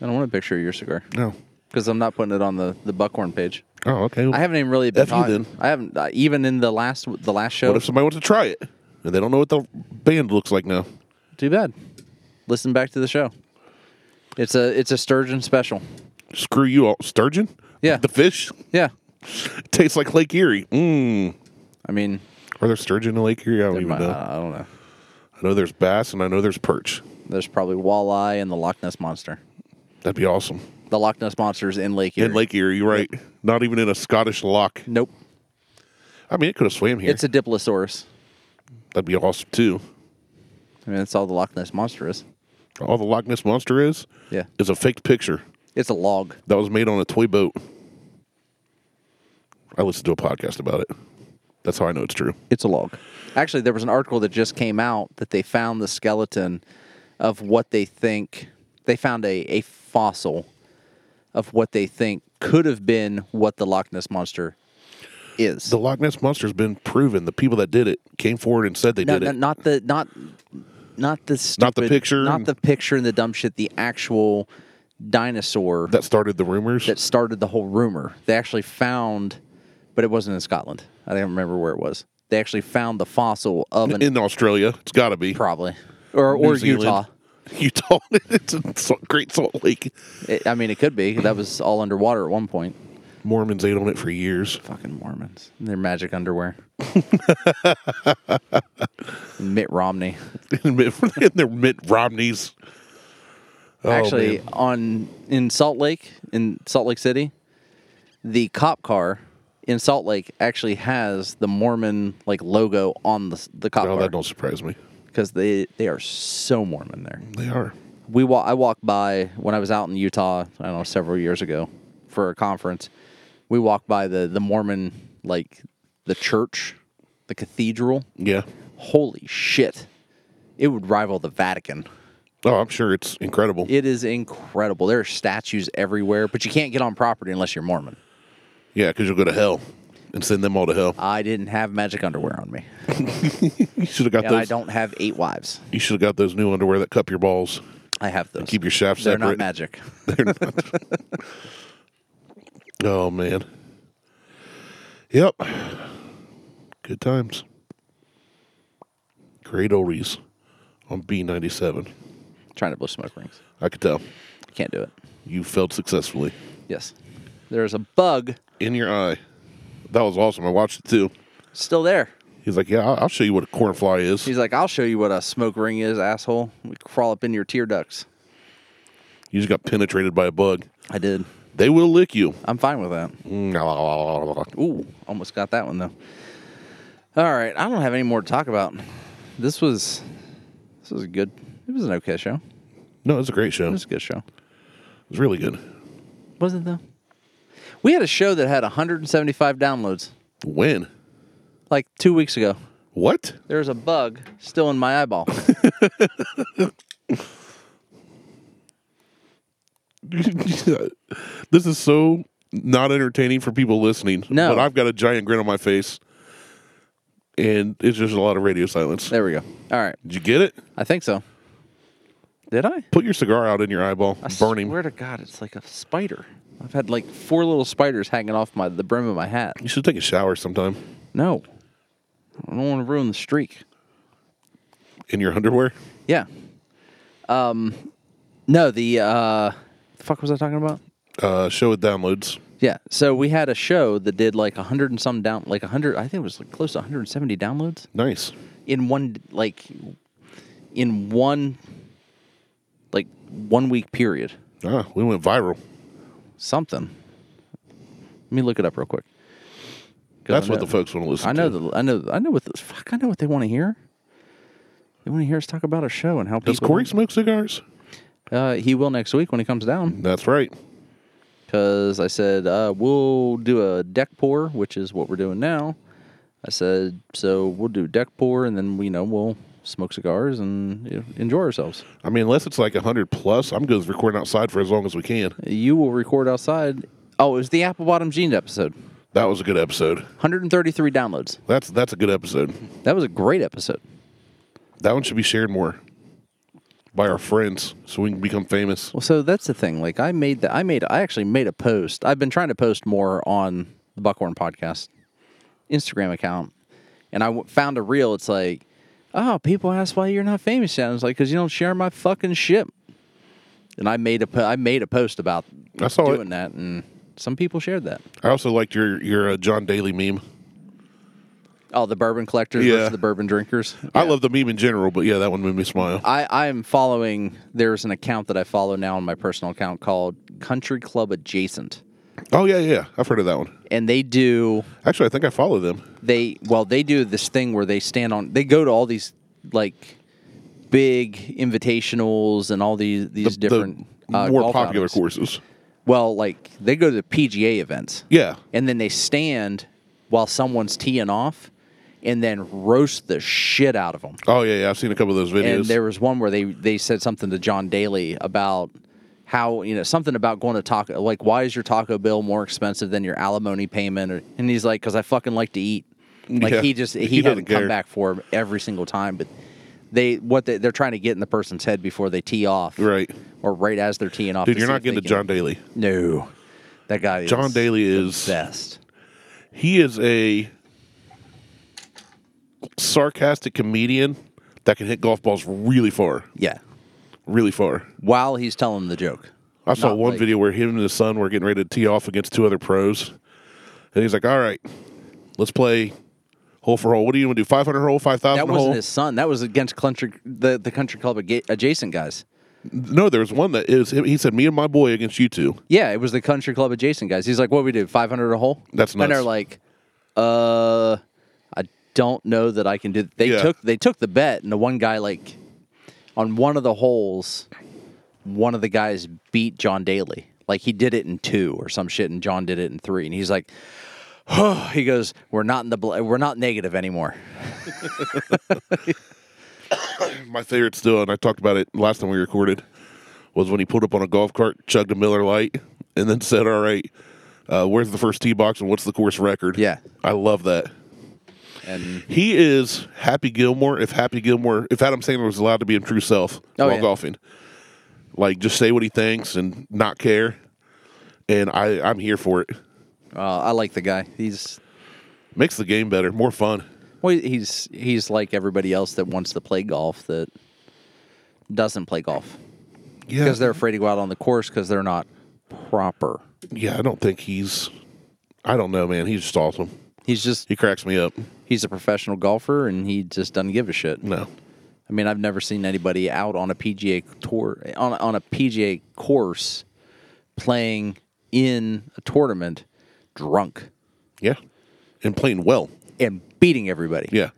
I don't want a picture of your cigar
No.
because I'm not putting it on the, the Buckhorn page.
Oh, okay.
I haven't even really been
F you
talking-
then.
I haven't uh, even in the last the last show.
What if somebody wants to try it and they don't know what the band looks like now?
Too bad. Listen back to the show. It's a it's a sturgeon special.
Screw you all. Sturgeon?
Yeah.
The fish
Yeah,
tastes like Lake Erie. Mm.
I mean,
Are there sturgeon in Lake Erie? I don't even
my-
know.
I don't know.
I know there's bass and I know there's perch.
There's probably walleye and the Loch Ness monster.
That'd be awesome.
The Loch Ness monster's in Lake Erie.
In Lake Erie, you're right. Not even in a Scottish lock.
nope,
I mean, it could have swam here.
it's a Diplosaurus.
That'd be awesome too.
I mean, that's all the Loch Ness monster is.
All the Loch Ness monster is
Yeah,
is a fake picture
it's a log.
that was made on a toy boat. I listened to a podcast about it. That's how I know it's true.
It's a log. Actually, there was an article that just came out that they found the skeleton of what they think they found a, a fossil of what they think could have been what the Loch Ness monster is.
The Loch Ness monster's been proven. The people that did it came forward and said they
no,
did
no,
it.
not the not not the stupid,
Not the picture
not
and-
the picture and the dumb shit. The actual dinosaur
that started the rumors.
that started the whole rumor. They actually found, but it wasn't in Scotland. I don't remember where it was. They actually found the fossil of an
in Australia, it's got to be
probably or
New
or
Zealand.
Utah.
Utah. it's in Salt- Great Salt Lake.
It, I mean, it could be. That was all underwater at one point.
Mormons ate on it for years.
Fucking Mormons. and Their magic underwear. Mitt Romney.
and they're Mitt Romney's. Oh,
Actually,
man.
on in Salt Lake, in Salt Lake City, the cop car in Salt Lake actually has the Mormon like logo on the the cop
no, Oh, that
car
don't surprise me.
because they they are so Mormon there.
They are.
we wa- I walked by when I was out in Utah. I don't know several years ago for a conference. We walked by the the Mormon like the church, the cathedral.
Yeah.
Holy shit! It would rival the Vatican.
Oh, I'm sure it's incredible.
It is incredible. There are statues everywhere, but you can't get on property unless you're Mormon.
Yeah, because you'll go to hell and send them all to hell.
I didn't have magic underwear on me,
You should have got
and I
those.
don't have eight wives.
You should have got those new underwear that cup your balls.
I have those.
Keep your shafts
They're not
separate.
magic.
Oh man. Yep. Good times. Great oldies on B ninety seven.
trying to blow smoke rings.
I could tell
Can't do it.
you failed successfully.
Yes. There's a bug
in your eye. That was awesome. I watched it too.
still there.
He's like, yeah, I'll, I'll show you what a cornfly is.
He's like, I'll show you what a smoke ring is, asshole. We crawl up into your tear ducts.
you just got penetrated by a bug.
I did.
They will lick you.
I'm fine with that. Ooh, almost got that one though. All right, I don't have any more to talk about. This was this was a good. It was an okay show.
No, it was a great show.
It
It
was a good show.
was really good.
Was it though? We had a show that had 175 downloads
When?
like two weeks ago.
What?
There's a bug still in my eyeball.
this is so not entertaining for people listening.
No.
But I've got a giant grin on my face. And it's just a lot of radio silence.
there we go. All right,
Did you get it?
I think so. Did I?
Put your cigar out in your eyeball.
I
burn him.
swear to God, it's like a spider. I've had like four little spiders hanging off my the brim of my hat.
You should take a shower sometime
No, I don't want to ruin the streak.
in your underwear.
Yeah. Um, no, the uh, the fuck was I talking about?
Uh, show with downloads.
Yeah. So we had a show that did like a hundred and some down, like a hundred. I think it was like close to 170 downloads
Nice.
in one, like, in one, like one week period.
Ah, we went viral.
Something. Let me look it up real quick. 'Cause
That's
I
what
know-
the folks want to listen
I know
to.
the. I know. I know what the fuck. I know what they want to hear. They want to hear us talk about our show and how
Does
people.
Corey smoke cigars?
Uh, he will next week when he comes down.
That's right.
because I said uh, we'll do a deck pour, which is what we're doing now. I said so we'll do deck pour, and then we you know we'll smoke cigars and you know, enjoy ourselves.
I mean, unless it's like 100 plus, I'm good with recording outside for as long as we can.
You will record outside. Oh, it was the Apple Bottom Jeans episode.
That was a good episode.
133 downloads.
That's that's a good episode.
That was a great episode.
That one should be shared more by our friends so we can become famous.
Well, so that's the thing. Like I made that. I made. I actually made a post. I've been trying to post more on the Buckhorn Podcast Instagram account, and I w- found a reel. It's like, oh, people ask why you're not famous yet. I was like, because you don't share my fucking shit. And I made a po- I made a post about
I saw
doing
it.
that, and some people shared that.
I also liked your your uh, John Daly meme.
Oh, the bourbon collectors
Yeah.
versus the bourbon drinkers.
I love the meme in general, but yeah, that one made me smile.
I, I am following. There's an account that I follow now on my personal account called Country Club Adjacent,
Oh yeah, yeah, I've heard of that one.
and they do
Actually, I think I follow them.
they well they do this thing where they stand on they go to all these like big invitationals and all these these
The
different uh,
more
golf
popular
outings.
courses.
Well, like they go to the PGA events
Yeah,
and then they stand while someone's teeing off and then roast the shit out of them.
Oh yeah, yeah. I've seen a couple of those
And
videos.
there was one where they they said something to John Daly about how you know something about going to taco like why is your taco bill more expensive than your alimony payment? Or, and he's like, because I fucking like to eat. Like
Yeah.
he just he,
He doesn't
hadn't come
care.
back for him every single time, but they what they, they're trying to get in the person's head before they tee off,
Right.
Or right as they're teeing off.
Dude,
to
you're
see
not
if they
getting to
can-
John Daly.
No, that guy. Is
John Daly is
best.
he is a sarcastic comedian that can hit golf balls really far,
Yeah,
really far.
while he's telling the joke.
I saw
Not
one
like-
video where him and his son were getting ready to tee off against two other pros, and he's like, "All right, let's play hole for hole. What do you want to do? Five hundred hole, five
That
thousand
wasn't
hole?
his son. That was against country the, the country club aga- adjacent guys.
No, there was one that is. He said, "Me and my boy against you two.
Yeah, it was the country club adjacent guys. He's like, "What we do? Five hundred a hole?"
That's
And they're
nuts.
like, "Uh, I don't know that I can do." They
Yeah.
took they took the bet, and the one guy like on one of the holes, one of the guys beat John Daly. Like he did it in two or some shit, and John did it in three, and he's like. He goes, we're not in the bl- we're not negative anymore.
My favorite still, and I talked about it last time we recorded, was when he pulled up on a golf cart, chugged a Miller Light, and then said, "All right, uh, where's the first tee box and what's the course record?"
Yeah.
I love that.
And
He is Happy Gilmore. If Happy Gilmore, if Adam Sandler was allowed to be him true self
Oh,
while
yeah.
golfing, like just say what he thinks and not care, and I I'm here for it.
uh, I like the guy. He's
Makes the game better, more fun.
Well, he's he's like everybody else that wants to play golf that doesn't play golf
Yeah,
because they're afraid to go out on the course because they're not proper.
Yeah, I don't think he's. I don't know, man. He's just awesome.
He's just
He cracks me up.
he's a professional golfer and he just doesn't give a shit.
No,
I mean, I've never seen anybody out on a PGA tour on on a PGA course playing in a tournament drunk
yeah, and playing well.
and beating everybody.
Yeah,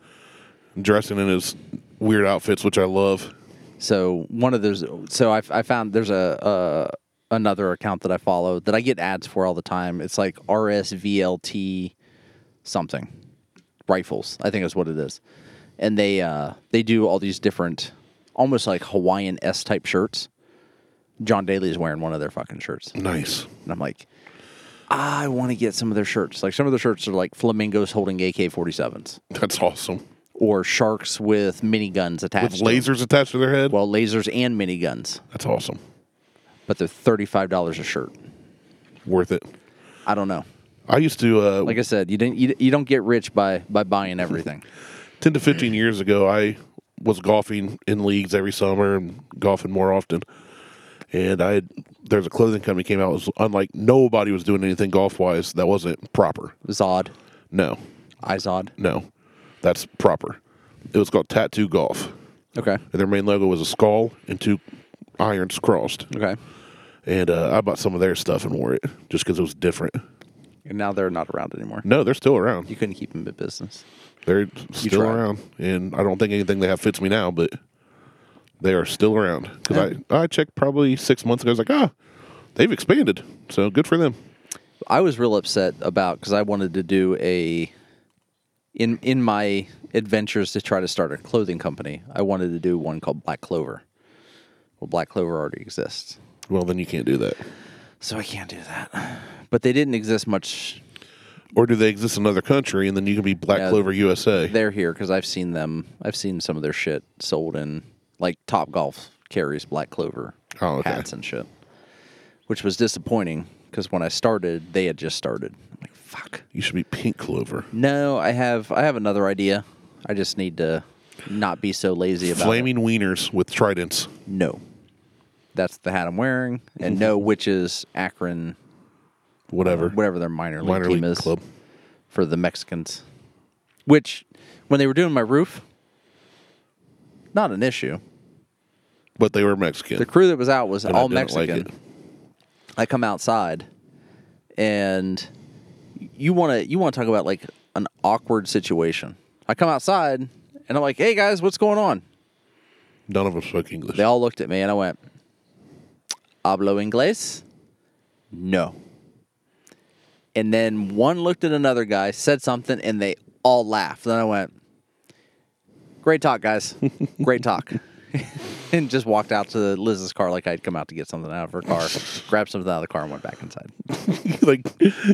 dressing in his weird outfits, which I love.
So one of those. So I, I found there's a, a another account that I follow that I get ads for all the time. It's like RSVLT something rifles. I think is what it is, and they uh, they do all these different, almost like Hawaiian S type shirts. John Daly is wearing one of their fucking shirts, and
Nice.
I'm like, I want to get some of their shirts. Like some of their shirts are like flamingos holding AK-47s
That's awesome.
or sharks with miniguns attached.
With
to 'em.
lasers attached to their head.
Well, lasers and miniguns,
That's awesome.
but they're thirty-five dollars a shirt.
Worth it.
I don't know.
I used to uh,
Like I said, you didn't. You, you don't get rich by by buying everything.
10 to 15 years ago, I was golfing in leagues every summer and golfing more often. And I had, there's a clothing company came out. It was unlike nobody was doing anything golf wise that wasn't proper.
Zod,
No,
I Zod.
no, that's proper. It was called Tattoo Golf.
Okay.
And their main logo was a skull and two irons crossed.
Okay.
And uh, I bought some of their stuff and wore it just because it was different.
And now they're not around anymore.
No, they're still around.
You couldn't keep them in business.
They're still
tried.
around, and I don't think anything they have fits me now, but they are still around. Because I, I checked probably six months ago. I was like, ah, they've expanded, so good for them.
I was real upset about because I wanted to do a in in my adventures to try to start a clothing company. I wanted to do one called Black Clover. Well, Black Clover already exists,
Well, then you can't do that.
so I can't do that. But they didn't exist much
Or do they exist in another country, and then you can be Black
No,
Clover USA?
they're here because I've seen them. I've seen some of their shit sold in like Top Golf carries Black Clover
Oh, okay.
hats and shit, which was disappointing because when I started, they had just started. I'm like, fuck.
You should be Pink Clover.
No, I have I have another idea. I just need to not be so lazy about it.
Flaming wieners with tridents.
No, that's the hat I'm wearing, and no, which is Akron,
Whatever.
whatever their minor league
Minor
team
league
is
club.
for the Mexicans. Which, when they were doing my roof, not an issue.
But they were Mexican.
the crew that was out was
I
all
didn't like
Mexican.
it.
I come outside, and you want to you want to talk about like an awkward situation. I come outside, and I'm like, "Hey guys, what's going on?"
None of them spoke English.
They all looked at me, and I went, "Hablo inglés?" No. And then one looked at another guy, said something, and they all laughed. Then I went, "Great talk, guys. Great talk." and just walked out to Liz's car like I'd come out to get something out of her car, grabbed something out of the car, and went back inside.
like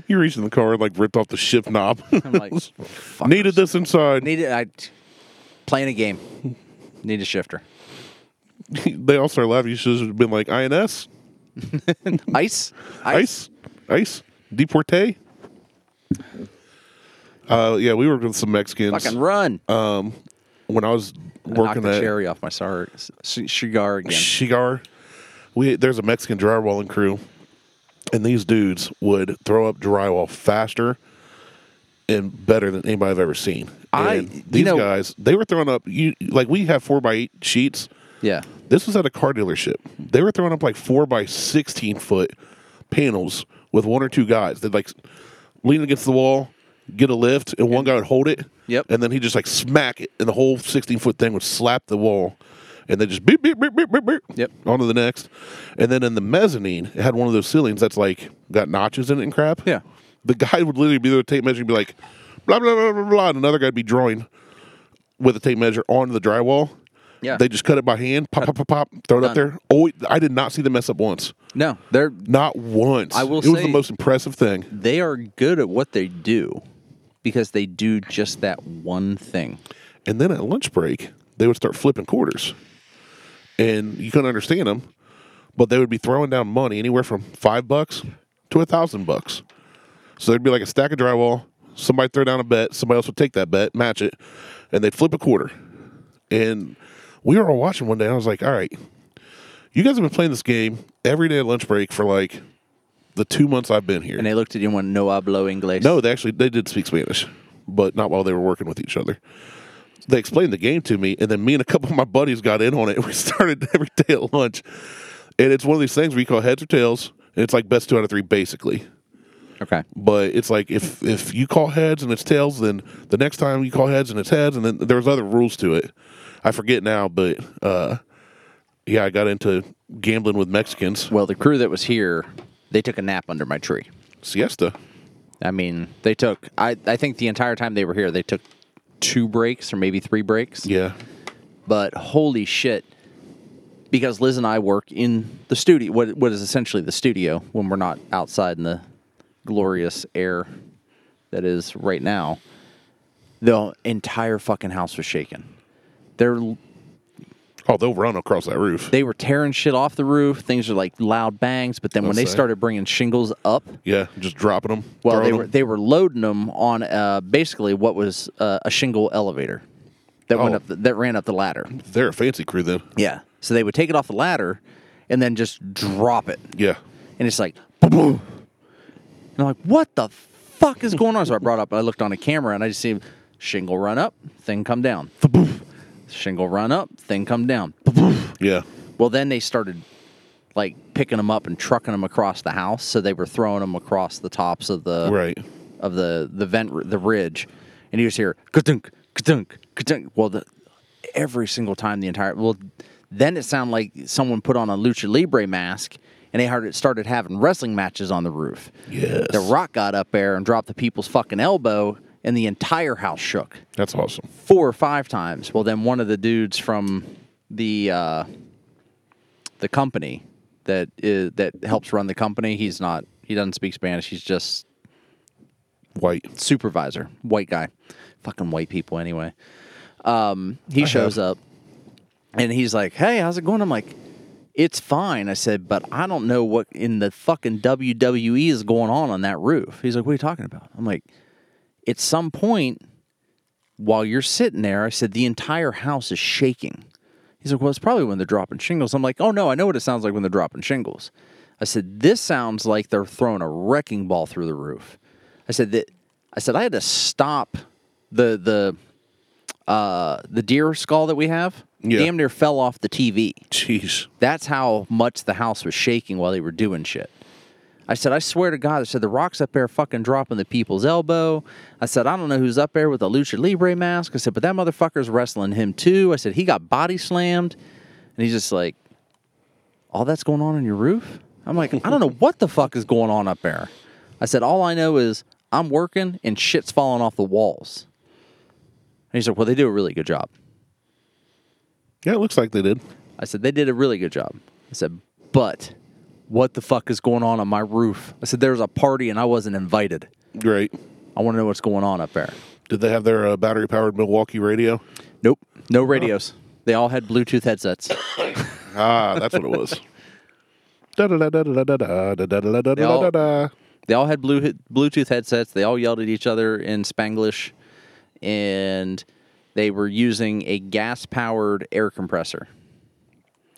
you reached in the car and like ripped off the shift knob.
I'm like, "Fuck."
Needed this inside.
Needed I playing a game. Need a shifter.
they all started laughing. You should have been like INS,
Ice,
ice, ice, deporte. Uh, yeah, we worked with some Mexicans
fucking run.
when I was
Knock
working
the
at
cherry off my cigar, cigar again.
Shigar. We there's a Mexican drywalling crew, and these dudes would throw up drywall faster and better than anybody I've ever seen.
I-
And
you
these
know-
guys, they were throwing up you like we have four by eight sheets.
Yeah.
This was at a car dealership. They were throwing up like four by sixteen foot panels with one or two guys. They'd like lean against the wall, get a lift, and one guy would hold it.
Yep.
And then he'd just like smack it, and the whole sixteen foot thing would slap the wall, and they just beep beep beep beep beep beep.
Yep.
Onto the next, and then in the mezzanine, it had one of those ceilings that's like got notches in it and crap.
Yeah.
The guy would literally be there with a tape measure and be like, blah blah blah blah blah, and another guy'd be drawing with a tape measure on the drywall.
Yeah.
They just cut it by hand, pop, pop, pop, pop, throw it up
Done.
there. Oh, I did not see them mess up once.
No, they're
Not once.
I will
It was
say-
the most impressive thing.
they are good at what they do because they do just that one thing.
And then at lunch break, they would start flipping quarters, and you couldn't understand them, but they would be throwing down money anywhere from five bucks to a thousand bucks. So there'd be like a stack of drywall. Somebody throw down a bet. Somebody else would take that bet, match it, and they'd flip a quarter. And we were all watching one day. And I was like, "All right, you guys have been playing this game every day at lunch break for like the two months I've been here.
And they looked at you and went, no hablo inglés.
No, they actually they did speak Spanish, but not while they were working with each other. They explained the game to me, and then me and a couple of my buddies got in on it. We started every day at lunch, and it's one of these things where you call heads or tails, and it's like best two out of three, basically.
Okay.
But it's like if if you call heads and it's tails, then the next time you call heads and it's heads, and then there's other rules to it. I forget now, but uh, yeah, I got into gambling with Mexicans
Well, the crew that was here, they took a nap under my tree.
siesta.
I mean, they took. I I think the entire time they were here, they took two breaks or maybe three breaks.
Yeah,
But holy shit. Because Liz and I work in the studio, what what is essentially the studio when we're not outside in the glorious air that is right now. The entire fucking house was shaken. They're
oh, they'll run across that roof.
they were tearing shit off the roof. Things are like loud bangs, but then when they
say.
started bringing shingles up,
yeah, just dropping them.
well, they were they were loading them on uh, basically what was uh, a shingle elevator that went
Oh.
up the, that ran up the ladder.
They're a fancy crew then.
Yeah. So they would take it off the ladder and then just drop it,
Yeah.
and it's like boom. boom. And I'm like, what the fuck is going on? So I brought up, I looked on a camera, and I just see shingle run up, thing come down, Ba-boom. shingle run up, thing come down, Ba-boom.
Yeah.
Well, then they started like picking them up and trucking them across the house, so they were throwing them across the tops of the
Right.
of the the vent the ridge, and you just hear ka-dunk, ka-dunk, ka-dunk. Well, the, every single time the entire well, then it sounded like someone put on a lucha libre mask. And they heard it started having wrestling matches on the roof.
Yes.
The Rock got up there and dropped the people's fucking elbow, and the entire house shook
That's awesome.
four or five times. Well, then one of the dudes from the uh, the company that is that helps run the company. He's not. He doesn't speak Spanish. He's just
White.
supervisor, white guy, fucking white people anyway. Um, he shows up and he's like, "Hey, how's it going?" I'm like, "It's fine." I said, "But I don't know what in the fucking WWE is going on on that roof." He's like, "What are you talking about?" I'm like, "At some point while you're sitting there," I said, "the entire house is shaking." He's like, "Well, it's probably when they're dropping shingles." I'm like, "Oh no, I know what it sounds like when they're dropping shingles." I said, "This sounds like they're throwing a wrecking ball through the roof." I said that I said I had to stop the the uh, the deer skull that we have
Yeah.
damn near fell off the TV.
Jeez.
That's how much the house was shaking while they were doing shit. I said, I swear to God, I said, the rock's up there fucking dropping the people's elbow. I said, I don't know who's up there with a Lucha Libre mask. I said, but that motherfucker's wrestling him too. I said, he got body slammed. And he's just like, all that's going on on your roof? I'm like, I don't know what the fuck is going on up there. I said, all I know is I'm working and shit's falling off the walls. And he's like, well, they do a really good job.
Yeah, it looks like they did.
I said, they did a really good job. I said, but what the fuck is going on on my roof? I said, there's a party and I wasn't invited.
Great.
I want to know what's going on up there.
Did they have their uh, battery powered Milwaukee radio?
Nope. No radios. They all had Bluetooth headsets.
Ah, that's what it was. Da da da da da da da da da da da da
They all-
da da da.
They all had blue, Bluetooth headsets. They all yelled at each other in Spanglish. And they were using a gas powered air compressor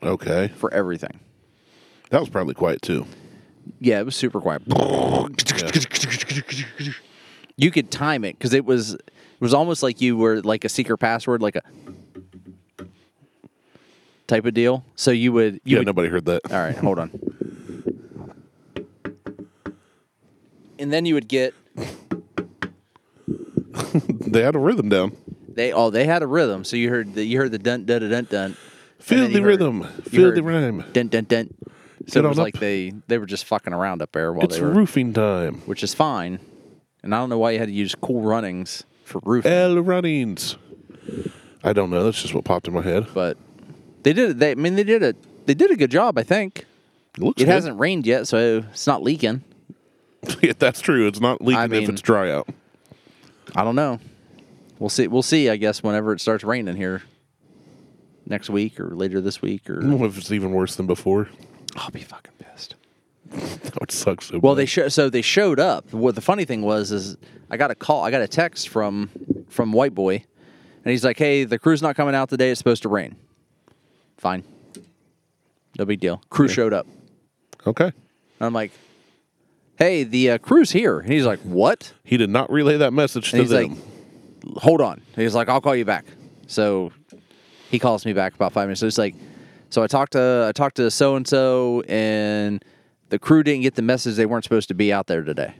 Okay,
for everything.
that was probably quiet too.
Yeah, it was super quiet. You could time it because it was it was almost like you were like a secret password, like a type of deal. So you would you
Yeah,
would,
nobody heard that.
all right, hold on. And then you would get
They had a rhythm down.
they oh they had a rhythm, so you heard the you heard the dun dun dun dun dun.
Feel
then you
the
heard-
rhythm.
you
Feel the
heard
rhyme.
Dun dun dun. So
Get
it was
on
like
up.
they they were just fucking around up there while
It's
they were
roofing time.
which is fine. And I don't know why you had to use cool runnings for roofing,
L runnings. I don't know. That's just what popped in my head.
but they did it. They, I mean, they did it. They did a good job, I think.
It looks.
It
good.
hasn't rained yet, so it's not leaking.
yeah, that's true. It's not leaking
I
if
mean-
it's dry out.
I don't know. We'll see. We'll see. I guess whenever it starts raining here, next week or later this week,
I don't
or
know if it's even worse than before.
I'll be fucking pissed.
That would suck so
Well,
bad.
they show, so they showed up. What the funny thing was is I got a call, I got a text from from White Boy, and he's like, "Hey, the crew's not coming out today. It's supposed to rain." Fine, no big deal. Crew showed up,
Okay.
and I'm like, hey, the uh, crew's here. And he's like, what?
He did not relay that message to
And he's
them.
like, hold on. He's like, I'll call you back. So he calls me back about five minutes. So it's like, so I talked to I talked to so and so, and the crew didn't get the message they weren't supposed to be out there today.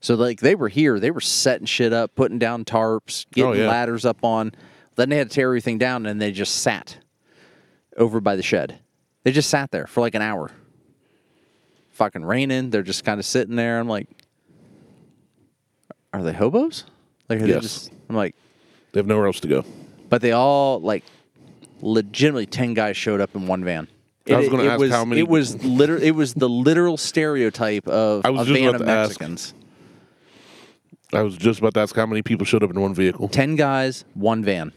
So like they were here, they were setting shit up, putting down tarps, getting
Oh, yeah.
ladders up on. Then they had to tear everything down, and they just sat over by the shed. They just sat there for like an hour. Fucking raining. They're just kind of sitting there. I'm like, are they hobos? Like, are they
Yes.
just? I'm like,
they have nowhere else to go.
but they all like legitimately ten guys showed up in one van.
I was gonna
it
ask
was,
how many-
It was literal. It was the literal stereotype of
I was
a
just
van
about
of
to ask.
Mexicans.
I was just about to ask how many people showed up in one vehicle.
Ten guys, one van,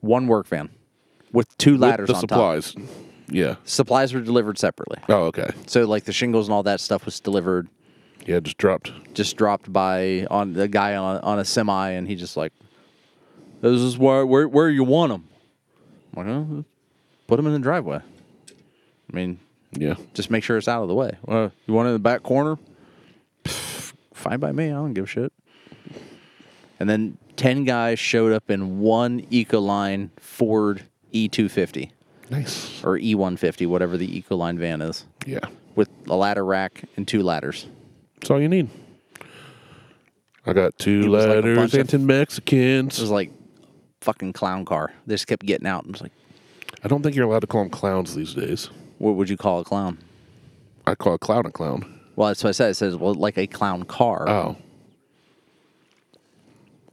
one work van, with two ladders
the
on top.
supplies. Yeah.
Supplies were delivered separately.
Oh, okay.
So like the shingles and all that stuff was delivered
Yeah, just dropped.
just dropped by on the guy on, on a semi, and he just like, "This is where where, where you want them." I'm like, "Oh, put them in the driveway. I mean,
Yeah.
just make sure it's out of the way. Uh, you want it in the back corner? Pff, Fine by me. I don't give a shit. And then ten guys showed up in one Ecoline Ford E250
Nice.
or E150, whatever the Ecoline van is,
Yeah.
with a ladder rack and two ladders.
That's all you need. I got two
was like a
ladders
bunch of-
and ten Mexicans.
It was like fucking clown car. They just kept getting out. And was like,
I don't think you're allowed to call them clowns these days.
what would you call a clown?
I call a clown a clown.
Well, that's what I said. It says, well, like a clown car.
Oh.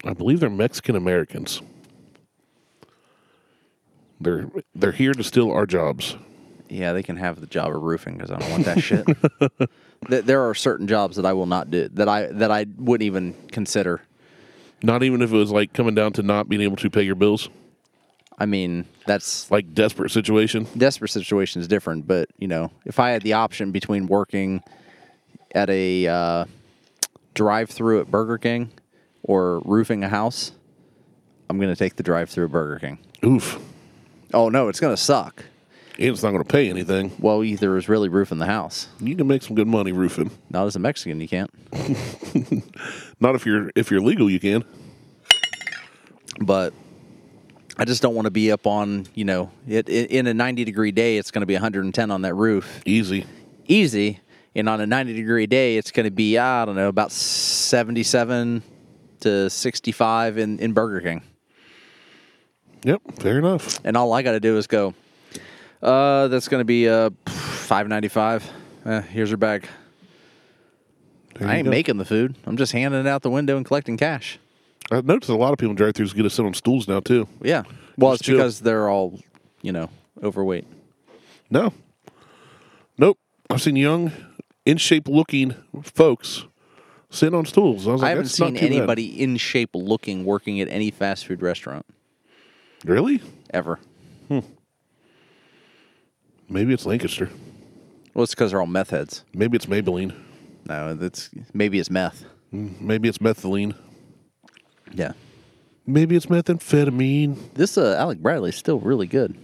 I believe they're Mexican Americans. They're they're here to steal our jobs.
Yeah, they can have the job of roofing because I don't want that shit. Th- there are certain jobs that I will not do that I that I wouldn't even consider.
Not even if it was like coming down to not being able to pay your bills,
I mean, that's
like desperate situation.
desperate situation is different. But you know, if I had the option between working at a uh, drive-through at Burger King or roofing a house, I'm gonna take the drive-through at Burger King.
Oof.
Oh no, it's gonna suck.
And it's not going to pay anything.
Well, either is really roofing the house.
You can make some good money roofing.
Not as a Mexican, you can't.
Not if you're if you're legal, you can.
But I just don't want to be up on, you know, it, it, in a 90 degree day, it's going to be 110 on that roof.
Easy.
Easy. And on a 90 degree day, it's going to be, I don't know, about 77 to 65 in, in Burger King.
Yep. Fair enough.
And all I got to do is go, uh, that's going to be uh, 595. Eh, here's your bag.
There
I
you
ain't
go.
making the food. I'm just handing it out the window and collecting cash.
I noticed a lot of people in drive-throughs get to sit on stools now too.
Yeah. Well,
Just
it's
chill.
because they're all, you know, overweight.
No. Nope. I've seen young, in shape looking folks sitting on stools. I was like,
I haven't
that's not
seen
too bad."
anybody in shape looking working at any fast food restaurant
Really?
ever.
Maybe it's Lancaster.
Well, it's because they're all meth heads.
Maybe it's Maybelline.
No, that's maybe it's meth.
Maybe it's methylene.
Yeah.
Maybe it's methamphetamine.
This uh, Alec Bradley's still really good.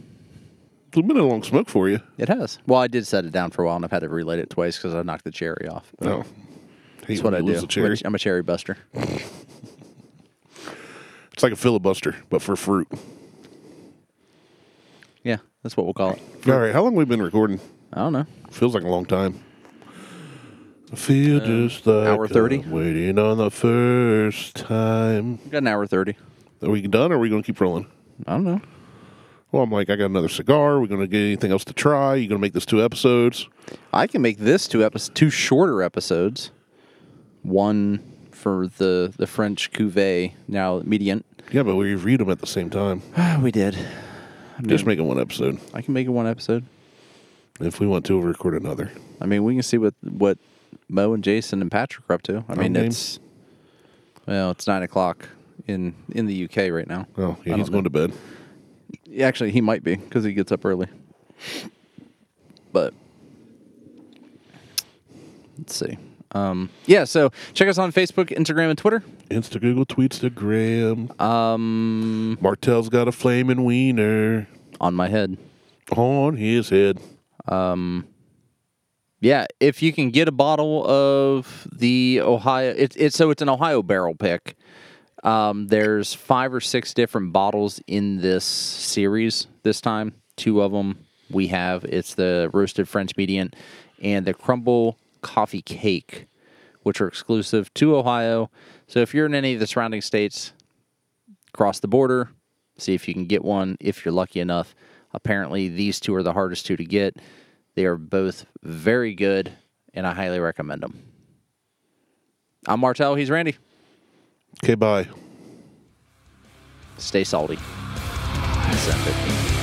It's been a long smoke for you.
It has. Well, I did set it down for a while, and I've had to relate it twice because I knocked the cherry off. But
Oh. Hate
that's what
when
I
you
do.
lose the cherry.
I'm a- I'm a cherry buster.
It's like a filibuster, but for fruit.
Yeah, that's what we'll call it.
All right, how long we been recording?
I don't know.
Feels like a long time. I feel just like
Uh, hour 30?
I'm waiting on the first time.
We got an hour thirty.
Are we done? or Are we going to keep rolling?
I don't know.
Well, I'm like, I got another cigar. We're going to get anything else to try. You going to make this two episodes?
I can make this two episodes, two shorter episodes. One for the the French cuvee now median.
Yeah, but we reviewed them at the same time.
Ah, we did.
Just making one episode.
I can make it one episode.
If we want to, we'll record another.
I mean, we can see what what Mo and Jason and Patrick are up to. I mean,
game.
it's well, it's nine o'clock in in the UK right now.
Oh, yeah,
I
he's
don't
going to bed.
know. Actually, he might be because he gets up early. But let's see. Um, yeah, so check us on Facebook, Instagram, and Twitter.
Insta Google tweets to Graham. Um, Martell's got a flaming wiener
On my head.
on his head.
Yeah, if you can get a bottle of the Ohio, it's it's so it's an Ohio barrel pick. Um, there's five or six different bottles in this series this time. Two of them we have. It's the roasted French median and the crumble coffee cake, which are exclusive to Ohio. So if you're in any of the surrounding states, cross the border, see if you can get one if you're lucky enough. Apparently, these two are the hardest two to get. They are both very good, and I highly recommend them. I'm Martell. He's Randy.
Okay, bye.
Stay salty. Send it.